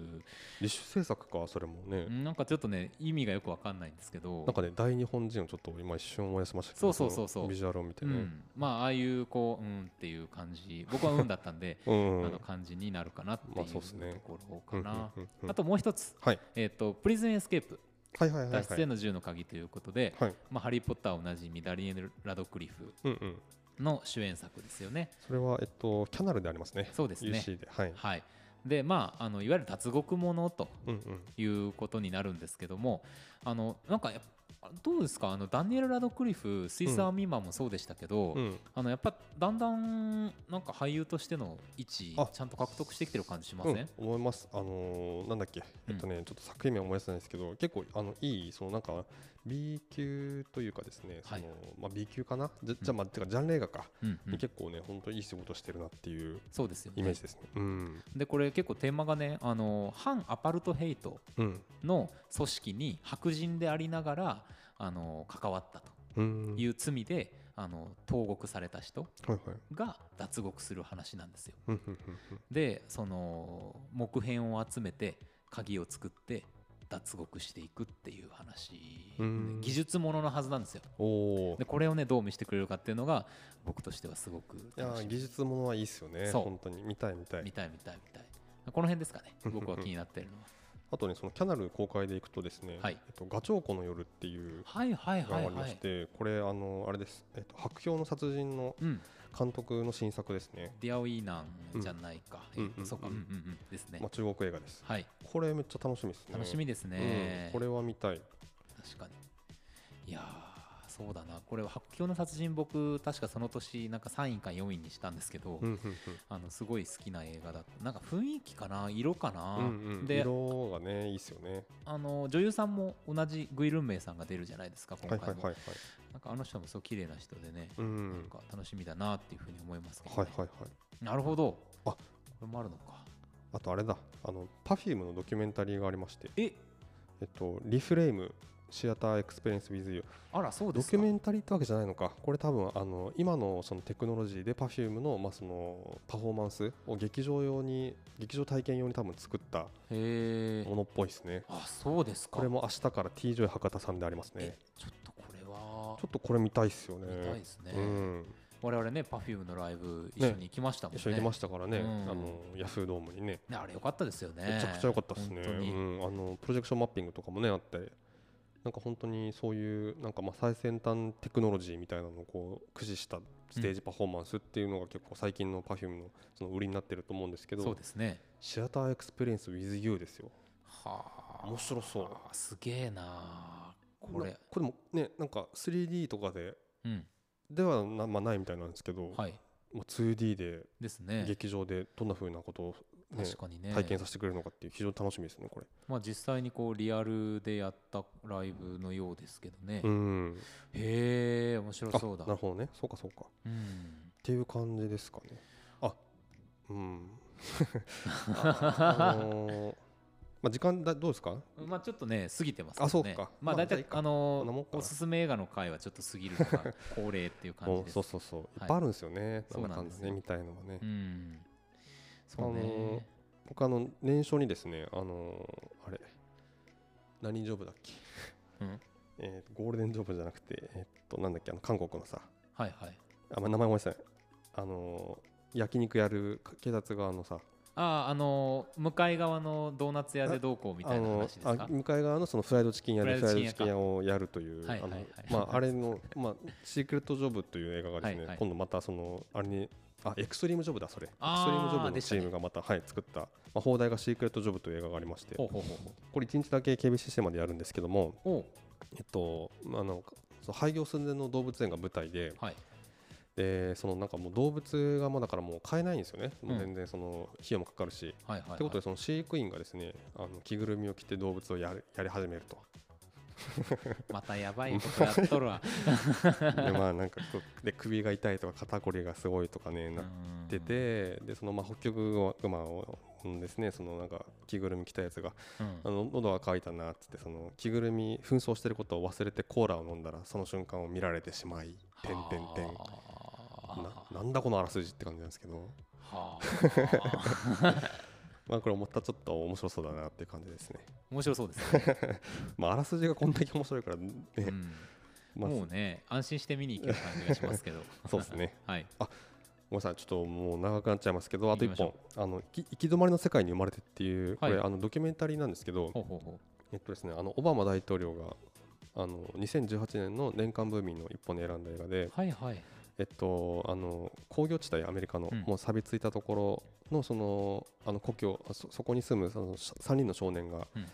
Speaker 2: 自主制作かそれもね、
Speaker 1: なんかちょっとね意味がよくわかんないんですけど
Speaker 2: なんかね大日本人をちょっと今一瞬思い出しましたけ
Speaker 1: そ
Speaker 2: ど
Speaker 1: うそうそうそう
Speaker 2: のビジュアルを見て
Speaker 1: う
Speaker 2: ね
Speaker 1: ん、まあああいうこううんっていう感じ僕はうんだったんで
Speaker 2: *laughs* うん、
Speaker 1: あの感じになるかなっていう
Speaker 2: まあ
Speaker 1: と
Speaker 2: そうっすね
Speaker 1: ころかな
Speaker 2: うんうんうんうん
Speaker 1: あともう一つ、
Speaker 2: はい
Speaker 1: えっとプリズンエスケープ
Speaker 2: はいはいはいはい
Speaker 1: 脱出への銃の鍵ということで、
Speaker 2: はい
Speaker 1: まあ、ハリー・ポッターおなじみダリエル・ラドクリフ
Speaker 2: うんうん
Speaker 1: の主演作ですよね
Speaker 2: それはえっとキャナルでありますね
Speaker 1: そうですね
Speaker 2: UC ではい
Speaker 1: はいでまああのいわゆる脱獄ものと
Speaker 2: うんうん
Speaker 1: いうことになるんですけどもあのなんかやっぱどうですかあのダニエル・ラドクリフスイス・アーミーマンもそうでしたけど、
Speaker 2: うん
Speaker 1: あのやっぱだんだんなんか俳優としての位置
Speaker 2: あ
Speaker 1: ちゃんと獲得してきてる感じしません、
Speaker 2: うん、思います。あのーなんだっけ、
Speaker 1: うん
Speaker 2: えっとね、ちょっと作品名思い出せないですけど、結構あのいいそのなんか B 級というかですね、そ
Speaker 1: はい
Speaker 2: のまあ B 級かな、じゃじゃあまあてかジャンル映画か、
Speaker 1: うんうん
Speaker 2: 結構ね本当いい仕事してるなっていう
Speaker 1: そうですよ
Speaker 2: イメ
Speaker 1: ね
Speaker 2: ージですね。うん、
Speaker 1: でこれ結構テーマがねあの反アパルトヘイト
Speaker 2: うん、
Speaker 1: の組織に白人でありながらあの関わったと
Speaker 2: うん、
Speaker 1: い
Speaker 2: はいう
Speaker 1: 罪で、あの投獄された人
Speaker 2: はい、
Speaker 1: が脱獄する話なんですよ。
Speaker 2: うんうん
Speaker 1: でその木片を集めて鍵を作って脱獄していくっていう話
Speaker 2: うん
Speaker 1: 技術もののはずなんですよ
Speaker 2: うん、おお
Speaker 1: で、これをねどう見せてくれるかっていうのが僕としてはすごく
Speaker 2: いや
Speaker 1: 楽し
Speaker 2: ー
Speaker 1: み
Speaker 2: 技術ものはいいですよね。
Speaker 1: そう
Speaker 2: 本当に見たい見た
Speaker 1: 見
Speaker 2: い。
Speaker 1: たい見たい見たいこの辺ですかね
Speaker 2: うんうんうん
Speaker 1: 僕は気になってるのは
Speaker 2: あとねそのキャナル公開でいくとですね、
Speaker 1: はい
Speaker 2: えっとガチョウコの夜っていう。
Speaker 1: はいはい
Speaker 2: が
Speaker 1: は
Speaker 2: あ
Speaker 1: い
Speaker 2: り
Speaker 1: は
Speaker 2: まし
Speaker 1: い
Speaker 2: て、これあのあれです、えっと白氷の殺人の
Speaker 1: うん
Speaker 2: 監督の新作ですね。
Speaker 1: ディアオイーナンじゃないか、
Speaker 2: うん
Speaker 1: えっと
Speaker 2: うん
Speaker 1: そうか、う
Speaker 2: うんん
Speaker 1: うんうん、ですね
Speaker 2: まあ、中国映画です。
Speaker 1: はい
Speaker 2: これめっちゃ楽しみですね。
Speaker 1: 楽しみですね、
Speaker 2: うんこれは見たい。
Speaker 1: 確かにいやーそうだなこれは「発狂の殺人」僕確かその年なんか3位か4位にしたんですけど、
Speaker 2: うんうん
Speaker 1: あのすごい好きな映画だったなんか雰囲気かな色かな、
Speaker 2: うんうんうん
Speaker 1: で
Speaker 2: 色がねいいですよね。
Speaker 1: あの女優さんも同じグイルンメイさんが出るじゃないですか今
Speaker 2: は
Speaker 1: 回
Speaker 2: い
Speaker 1: も、
Speaker 2: はいはいはい。
Speaker 1: なんかあの人もすごい綺麗な人でね、
Speaker 2: う
Speaker 1: なん
Speaker 2: ん。
Speaker 1: か楽しみだなっていうふうに思いますけど、ね
Speaker 2: はいはいはい。
Speaker 1: なるほど
Speaker 2: あ
Speaker 1: これもあるのか
Speaker 2: あとあれだ。あのパフュームのドキュメンタリーがありまして、
Speaker 1: え
Speaker 2: えっとリフレームシアターエクスペリエンス・ウィズ・ユー
Speaker 1: あらそうで
Speaker 2: ド
Speaker 1: す
Speaker 2: キ
Speaker 1: か
Speaker 2: ュメンタリーってわけじゃないのかこれ多分あの今のそのテクノロジーで Perfume の,、まあ、そのパフォーマンスを劇場用に劇場体験用に多分作った
Speaker 3: へえ
Speaker 2: ものっぽいですね
Speaker 3: あそうですか
Speaker 2: これも明日から TJ 博多さんでありますね
Speaker 3: えちょっとこれは
Speaker 2: ちょっとこれ見たいっすよね
Speaker 3: 見たいですね、
Speaker 2: うん、
Speaker 1: 我々ね Perfume のライブ一緒に行きましたもんね
Speaker 2: 一緒に行きましたからね、
Speaker 1: うん
Speaker 2: あのヤフードームにね
Speaker 1: ねあれ良かったですよね
Speaker 2: めちゃくちゃ良かったですね、
Speaker 1: 本当に
Speaker 2: うん、あのプロジェクションマッピングとかもねあってなんか本当にそういうなんかまあ最先端テクノロジーみたいなのをこう駆使したステージパフォーマンスっていうのが結構最近の Perfume のその売りになってると思うんですけ
Speaker 1: そう
Speaker 2: ど
Speaker 1: ですね
Speaker 2: シアターエクスペリエンス WithYou ですよ
Speaker 1: はあ
Speaker 2: 面白そう
Speaker 1: すげえなこ
Speaker 2: な
Speaker 1: れ
Speaker 2: これもねなんか 3D とかで
Speaker 1: うん
Speaker 2: ではな、まあ、ないみたいなんですけど、
Speaker 1: はい
Speaker 2: もう 2D で
Speaker 1: ですね
Speaker 2: 劇場でどんな風なことを、ね
Speaker 1: 確かにね
Speaker 2: 体験させてくれるのかっていう非常に楽しみですねこれ、
Speaker 1: まあ実際にこうリアルでやったライブのようですけどね
Speaker 2: うん
Speaker 1: へえ面白
Speaker 2: あ
Speaker 1: そうだ
Speaker 2: なるほどねそうかそうか
Speaker 1: うん
Speaker 2: っていう感じですかね。あうんああの
Speaker 1: *laughs*
Speaker 2: ーまあ、時間だどうですか
Speaker 1: まあちょっとね過ぎてますけど
Speaker 2: あそう
Speaker 1: ね
Speaker 2: か
Speaker 1: まあ
Speaker 2: まあ
Speaker 1: 大
Speaker 2: じゃあい
Speaker 1: 体
Speaker 2: いか
Speaker 1: あの
Speaker 2: こんなもんかな
Speaker 1: おすすめ映画の回はちょっと過ぎるのが *laughs* 恒例っていう感じ
Speaker 2: お
Speaker 1: です
Speaker 2: *laughs* そうそうそういっぱいあるんですよね、
Speaker 1: そう
Speaker 2: な
Speaker 1: なんんで
Speaker 2: だかん
Speaker 1: す
Speaker 2: だね
Speaker 1: よ
Speaker 2: みたいのはね、
Speaker 1: うんそうね
Speaker 2: 僕あの年初にですねあのーあれ何ジョブだっけ、
Speaker 1: うん
Speaker 2: えーとゴールデンジョブじゃなくてえっとなんだっけあの韓国のさ
Speaker 1: はいはい
Speaker 2: あ、まあ、名前ごめんなさいあのー焼肉やる警察側のさ
Speaker 1: あああのー向かい側のドーナツ屋でどうこうみたいな話です
Speaker 2: あ
Speaker 1: か
Speaker 2: のあ向かい側のそのフライドチキン屋でフ
Speaker 1: フ
Speaker 2: ラ
Speaker 1: ラ
Speaker 2: イ
Speaker 1: イド
Speaker 2: ドチ
Speaker 1: チ
Speaker 2: キ
Speaker 1: キ
Speaker 2: ン
Speaker 1: ン
Speaker 2: 屋
Speaker 1: 屋
Speaker 2: をやるという、
Speaker 1: はいはいはい
Speaker 2: あのまあ、あれの、まあ、シークレット・ジョブという映画がですね、
Speaker 1: はいはい
Speaker 2: 今度またそのあれにあエクストリーム・ジョブだそれエク
Speaker 1: あー
Speaker 2: ストリーム・ジョブの
Speaker 1: でした
Speaker 2: チ
Speaker 1: ね
Speaker 2: ームがまたはい、作った、まあ、放題がシークレット・ジョブという映画がありまして
Speaker 1: ほうほうほうほう
Speaker 2: これ1日だけ KBCC までやるんですけども、
Speaker 1: おう
Speaker 2: えっと、まああのその廃業寸前の動物園が舞台で
Speaker 1: はい
Speaker 2: でそのなんかもう動物がまあだからもう飼えないんですよね、もう
Speaker 1: うん
Speaker 2: 全然その費用もかかるし。
Speaker 1: はいはいはい
Speaker 2: ってことでその飼育員がですねあの着ぐるみを着て動物をやるやり始めると。
Speaker 1: またやばいことやっとる
Speaker 2: *laughs*
Speaker 1: わ
Speaker 2: でまあなんかこうで首が痛いとか肩こりがすごいとかねなっててでそのまあ北極熊をうんですねそのなんか着ぐるみ着たやつが
Speaker 1: うん
Speaker 2: あの喉が渇いたなっつってその着ぐるみ紛争してることを忘れてコーラを飲んだらその瞬間を見られてしまいてんてんてん
Speaker 1: は
Speaker 2: ななんだこのあらすじって感じなんですけど
Speaker 1: あは
Speaker 2: *laughs*
Speaker 1: あ
Speaker 2: まあこれ思ったちょっと面白そうだなっていう感じですね
Speaker 1: 面白そうです
Speaker 2: *laughs*
Speaker 1: ね
Speaker 2: まああらすじがこんだけ面白いからね、
Speaker 1: うん
Speaker 2: まあ
Speaker 1: もうね安心して見に行ける感じがしますけ
Speaker 2: *laughs*
Speaker 1: ど
Speaker 2: そうですね
Speaker 1: はい
Speaker 2: ごめんなさい、ちょっともう長くなっちゃいますけど、あと
Speaker 1: 行きま
Speaker 2: 1
Speaker 1: しょう
Speaker 2: 本、あの行き行き止まりの世界に生まれてっていう、これ、
Speaker 1: はい
Speaker 2: あのドキュメンタリーなんですけど、
Speaker 1: ほうほうほ
Speaker 2: えっとですね、あのオバマ大統領があの2018年の年間ブーミンの一本に選んだ映画で
Speaker 1: う、はいはい
Speaker 2: えっと、あの工業地帯、アメリカの、
Speaker 1: うん
Speaker 2: もう錆びついたところの、その、あの故郷、あそそこに住むその3人の少年が、
Speaker 1: うん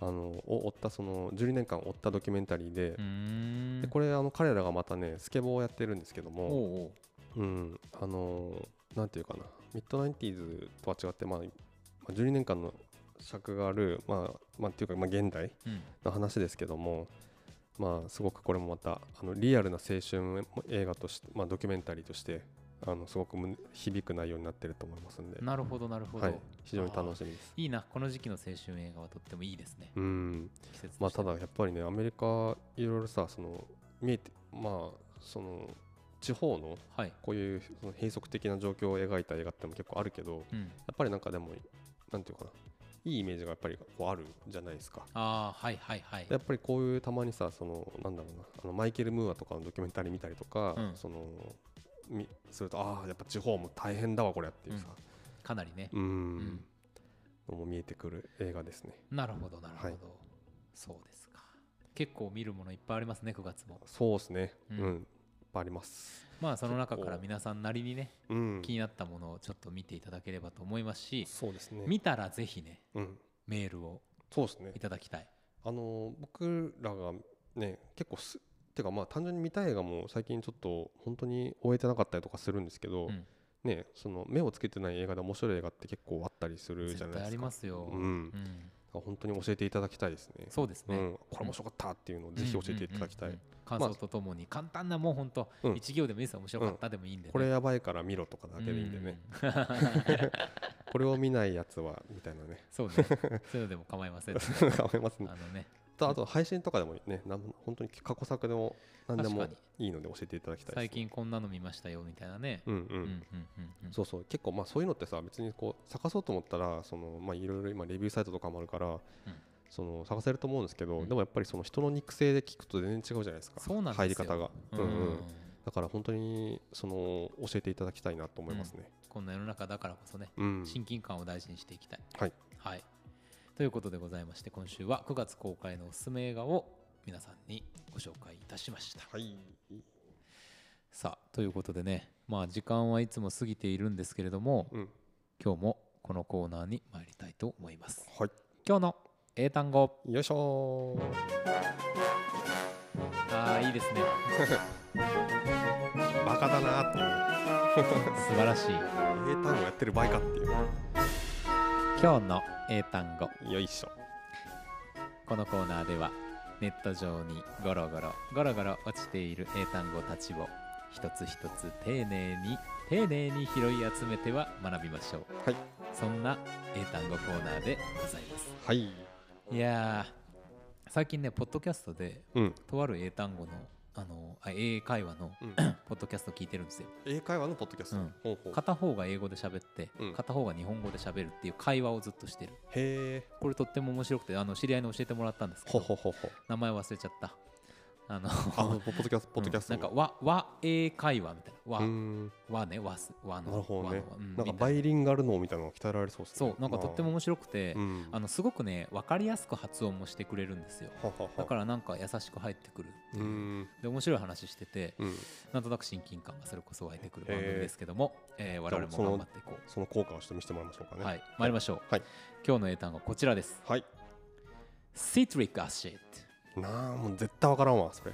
Speaker 2: あのを追った、その12年間追ったドキュメンタリーで、
Speaker 1: うーん
Speaker 2: でこれあの、彼らがまたね、スケボーをやってるんですけども、
Speaker 1: おうおう
Speaker 2: うん、あのーなんていうかな、ミッドナインティーズとは違って、まあ、まあ12年間の尺がある、まあ、まあ、っていうか、まあ、現代
Speaker 1: うん
Speaker 2: の話ですけども、まあ、すごくこれもまた、あのリアルな青春映画として、まあ、ドキュメンタリーとして、あのすごく胸響く内容になってると思いますんで、
Speaker 1: なるほどなるほど、
Speaker 2: はい、非常に楽しみです。
Speaker 1: いいなこの時期の青春映画はとってもいいですね
Speaker 2: うん、
Speaker 1: 季節と
Speaker 2: まあ、
Speaker 1: して
Speaker 2: ただやっぱりね、アメリカ、いろいろさ、その見えて、まあ、その地方の
Speaker 1: はい、
Speaker 2: こういうその閉塞的な状況を描いた映画っても結構あるけど、
Speaker 1: うん、
Speaker 2: やっぱりなんかでも、なんていうかな、いいイメージがやっぱりこうあるじゃないですか。
Speaker 1: ああはいはいはい
Speaker 2: やっぱりこういうたまにさ、そのなんだろうな、あのマイケル・ムーアとかのドキュメンタリー見たりとか、
Speaker 1: うん
Speaker 2: そのみすると、ああ、やっぱ地方も大変だわ、これっていうさ、
Speaker 1: かなりね
Speaker 2: うん、
Speaker 1: ん
Speaker 2: のも見えてくる映画ですね。
Speaker 1: なるほどなるほど、
Speaker 2: はい
Speaker 1: そうですか結構見るものいっぱいありますね9月も
Speaker 2: そうですね、う、
Speaker 1: うんん
Speaker 2: いっぱいあります。
Speaker 1: まあその中
Speaker 2: 結構
Speaker 1: から皆さんなりにね
Speaker 2: うん
Speaker 1: 気、になったものをちょっと見ていただければと思いますし、
Speaker 2: そうですね。
Speaker 1: 見たらぜひね
Speaker 2: うん、
Speaker 1: メールを
Speaker 2: そうですね
Speaker 1: い。ただきたい
Speaker 2: あの僕らがね結構すてかまあ単純に見たい映画も最近ちょっと本当に終えてなかったりとかするんですけど、
Speaker 1: うん
Speaker 2: ねその目をつけてない映画で面白い映画って結構あったりするじ
Speaker 1: 絶
Speaker 2: ゃないです
Speaker 1: 対
Speaker 2: か
Speaker 1: ありますよ、
Speaker 2: うん
Speaker 1: う
Speaker 2: だか
Speaker 1: ん
Speaker 2: ら本当に教えていただきたいですね
Speaker 1: そうですね、
Speaker 2: うん、これ面白かったっていうのをぜひ教えていただきたい、
Speaker 1: うんうんうんうん感想とともに簡単なもう本当
Speaker 2: うん
Speaker 1: 一行でもいいですよ面白かったでもいいんでね、
Speaker 2: これやばいから見ろとかだけでいいんでね、
Speaker 1: うん
Speaker 2: これを見ないやつはみたいなね
Speaker 1: *laughs* そうねそういうのでも構いませんので
Speaker 2: *laughs* 考えますね
Speaker 1: あのね
Speaker 2: ったあと配信とかでもねなんも本当に過去作でも何でも
Speaker 1: 確か
Speaker 2: いいので教えていただきたいですね
Speaker 1: 最近こんなの見ましたよみたいなね。
Speaker 2: うんう
Speaker 1: うんんうんうんうん
Speaker 2: そうそう結構まあそういうのってさ別にこう探そうと思ったらそのまあいろいろ今レビューサイトとかもあるから、その探せると思うんですけど、
Speaker 1: うん
Speaker 2: でもやっぱりその人の肉声で聞くと全然違うじゃないですか
Speaker 1: そうなんですよ
Speaker 2: 入り方が、うんうん
Speaker 1: うん
Speaker 2: だから本当にその教えていただきたいなと思いますね、
Speaker 1: こんな世の中だからこそね、
Speaker 2: うん
Speaker 1: 親近感を大事にしていきたい。
Speaker 2: はい、
Speaker 1: はい、ということでございまして今週は9月公開のおすすめ映画を皆さんにご紹介いたしました。
Speaker 2: はい
Speaker 1: さあということでねまあ時間はいつも過ぎているんですけれども
Speaker 2: うん
Speaker 1: 今日もこのコーナーに参りたいと思います。
Speaker 2: は
Speaker 1: 今日の英単語
Speaker 2: いよいしょ
Speaker 1: ああいいですね
Speaker 2: ーバカだなーっていう
Speaker 1: 素晴らしい
Speaker 2: 英単語やってる場合かっていう
Speaker 1: 今日の英単語
Speaker 2: よいしょ
Speaker 1: このコーナーではネット上にゴロゴロゴロゴロ落ちている英単語たちを一つ一つ丁寧に丁寧に拾い集めては学びましょう
Speaker 2: はい
Speaker 1: そんな英単語コーナーでございます
Speaker 2: はい
Speaker 1: いやー最近ねポッドキャストで
Speaker 2: うん
Speaker 1: とある英単語のあのあ英会話のポッドキャスト聞いてるんですよ
Speaker 2: 英会話のポッドキャスト、
Speaker 1: うん
Speaker 2: ほうほう
Speaker 1: 片方が英語で喋って、
Speaker 2: うん
Speaker 1: 片方が日本語で喋るっていう会話をずっとしてる
Speaker 2: へえ
Speaker 1: これとっても面白くてあの知り合いに教えてもらったんですけ
Speaker 2: ほう
Speaker 1: ど
Speaker 2: ほうほうほう
Speaker 1: 名前忘れちゃったあの *laughs*
Speaker 2: あのポッドキャス *laughs* トポッドキャスト
Speaker 1: うん
Speaker 2: の
Speaker 1: なんか和和英会話みたいな和、
Speaker 2: うーん
Speaker 1: 和ね和す和の
Speaker 2: なるほどね
Speaker 1: 和の和うん
Speaker 2: なんか
Speaker 1: みた
Speaker 2: バ
Speaker 1: い
Speaker 2: イリンガル脳みたいなのが鍛えられそうですね
Speaker 1: そうなんかとっても面白くて、
Speaker 2: うん
Speaker 1: あのすごくね分かりやすく発音もしてくれるんですよ
Speaker 2: ははは
Speaker 1: だからなんか優しく入ってくるって
Speaker 2: う
Speaker 1: い
Speaker 2: ー
Speaker 1: うんで面白い話してて
Speaker 2: うん
Speaker 1: なんとなく親近感がそれこそ湧いてくる
Speaker 2: へー
Speaker 1: 番組ですけども、えー我々も
Speaker 2: じゃあその
Speaker 1: 頑張っていこ
Speaker 2: その効果をちょっと見せてもらいましょうか
Speaker 1: う、
Speaker 2: ね
Speaker 1: はい参りましょう、
Speaker 2: はい
Speaker 1: 今日の英単語こちらです
Speaker 2: はい
Speaker 1: シトリックアシット
Speaker 2: なあもう絶対わからんわそれ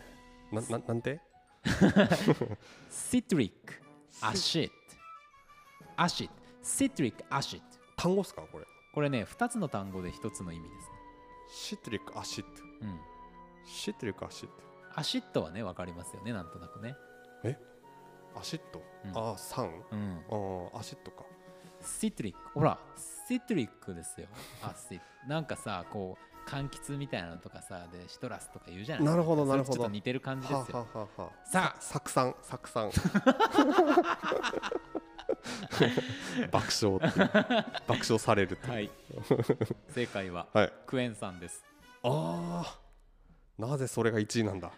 Speaker 2: なななんて
Speaker 1: シトリックアシットアシットシトリックアシット
Speaker 2: 単語っすかこれ
Speaker 1: これね2つの単語で1つの意味ですね
Speaker 2: シトリックアシット
Speaker 1: うん
Speaker 2: シトリックアシッ
Speaker 1: アシットはね分かりますよねなんとなくね
Speaker 2: トアシット、
Speaker 1: うん
Speaker 2: ああ酸
Speaker 1: うん
Speaker 2: あーアシットか
Speaker 1: シトリックほらシトリックですよアシットなんかさこう柑橘みたいなのとかさでシトラスとか言うじゃない
Speaker 2: なるほ
Speaker 1: そ
Speaker 2: ど
Speaker 1: れ
Speaker 2: なるほど
Speaker 1: ちょっと似てる感じですよ
Speaker 2: はあはあはあ
Speaker 1: さあ
Speaker 2: 酢酸酢
Speaker 1: *laughs*
Speaker 2: 酸爆笑っていう爆笑されるっていう *laughs*
Speaker 1: はい。正解は、
Speaker 2: はい
Speaker 1: クエン酸です。
Speaker 2: ああなぜそれが1位なんだ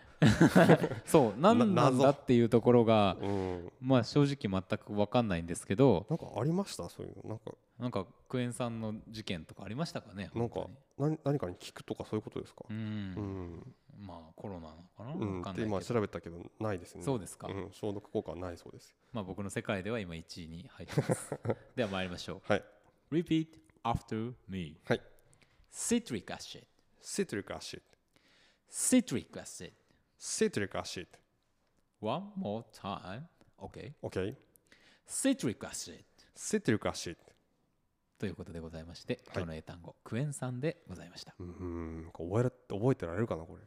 Speaker 1: そう、なんな
Speaker 2: な
Speaker 1: ん
Speaker 2: 謎
Speaker 1: だっていうところが、
Speaker 2: うん
Speaker 1: まあ正直全く分かんないんですけど、
Speaker 2: なんかありましたそういうのなんか
Speaker 1: なんかクエン酸の事件とかありましたかね。
Speaker 2: なん
Speaker 1: 本
Speaker 2: か
Speaker 1: 当に
Speaker 2: 何何かに聞くとかそういうことですか
Speaker 1: う、
Speaker 2: うんん、
Speaker 1: まあコロナなのかな、
Speaker 2: う
Speaker 1: 分
Speaker 2: ん、
Speaker 1: か
Speaker 2: っ
Speaker 1: ん
Speaker 2: て
Speaker 1: ない
Speaker 2: 今
Speaker 1: けど、
Speaker 2: 調べたけどないですね
Speaker 1: そうですか
Speaker 2: ん、消毒効果はないそうです
Speaker 1: まあ僕の世界では今1位に入って
Speaker 2: *laughs*
Speaker 1: ます。では参りましょ。
Speaker 2: はいう
Speaker 1: Repeat after me.
Speaker 2: はい
Speaker 1: Citric acid.
Speaker 2: シトリックアシッド
Speaker 1: Citric acid.
Speaker 2: シトリックアシッ
Speaker 1: One more time. Okay.
Speaker 2: ド OK
Speaker 1: Citric acid.
Speaker 2: シトリックアシッ
Speaker 1: ということでございまして、
Speaker 2: い
Speaker 1: 今日の英単語、クエン酸でございました。
Speaker 2: ドうんなんか覚えら覚えてられるかなこれ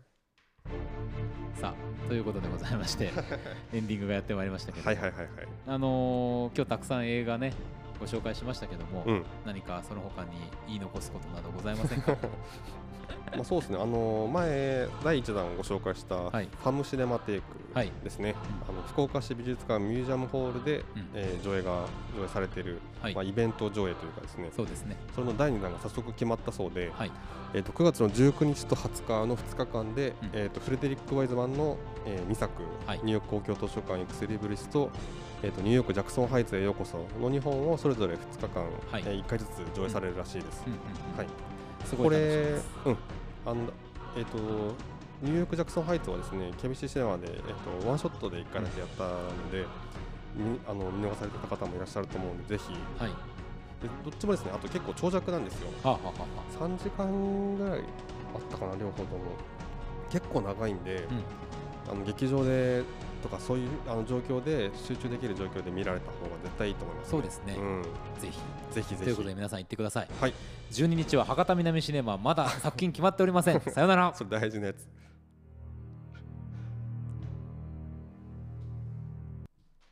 Speaker 1: さあということでございまして
Speaker 2: *laughs*
Speaker 1: エンディングがやってまいりましたけど、
Speaker 2: はいはいはいはい
Speaker 1: あのー今日たくさん映画ねご紹介しましたけども、
Speaker 2: うん
Speaker 1: 何かその他に言い残すことなどございませ
Speaker 2: *laughs*
Speaker 1: んか
Speaker 2: まあそうですねあの前第1弾ご紹介したフ
Speaker 1: はい
Speaker 2: ァムシネマテイク
Speaker 1: はい
Speaker 2: ですね、あの福岡市美術館ミュージアムホールで、
Speaker 1: うん
Speaker 2: えー上映が上映されている、
Speaker 1: はい
Speaker 2: まあ、イベント上映というかですね
Speaker 1: そうですね
Speaker 2: それの第2弾が早速決まったそうで、
Speaker 1: はい
Speaker 2: えー、と9月の19日と20日の2日間で、
Speaker 1: うん
Speaker 2: えー、とフレデリック・ワイズマンの、えー、2作、
Speaker 1: はい
Speaker 2: ニューヨーク公共図書館エクセリブリスと,、えー、とニューヨーク・ジャクソン・ハイツへようこその2本をそれぞれ2日間、
Speaker 1: はい
Speaker 2: え1回ずつ上映されるらしいです。
Speaker 1: うんうんうん
Speaker 2: はい、
Speaker 1: すご
Speaker 2: こ
Speaker 1: い
Speaker 2: れ、
Speaker 1: 楽しみで
Speaker 2: う
Speaker 1: す
Speaker 2: んあのえー、とニューヨーク・ジャクソン・ハイツはですね KBC シネマで、えー、とワンショットで1回だけやったので、みあの見逃されてた方もいらっしゃると思うのでぜひ
Speaker 1: はい
Speaker 2: でどっちもですねあと結構長尺なんですよ。
Speaker 1: はあ、はあはあは
Speaker 2: 3時間ぐらいあったかな両方とも結構長いんで、あの劇場でとかそういうあの状況で集中できる状況で見られた方が絶対いいと思いま
Speaker 1: あ、
Speaker 2: す、
Speaker 1: そうですね、
Speaker 2: うん、
Speaker 1: ぜひ
Speaker 2: ぜひぜひ
Speaker 1: ということで皆さん行ってください、
Speaker 2: はい、 *laughs*
Speaker 1: 12日は博多南シネマまだ作品決まっておりませんさよなら
Speaker 2: それ大事なやつ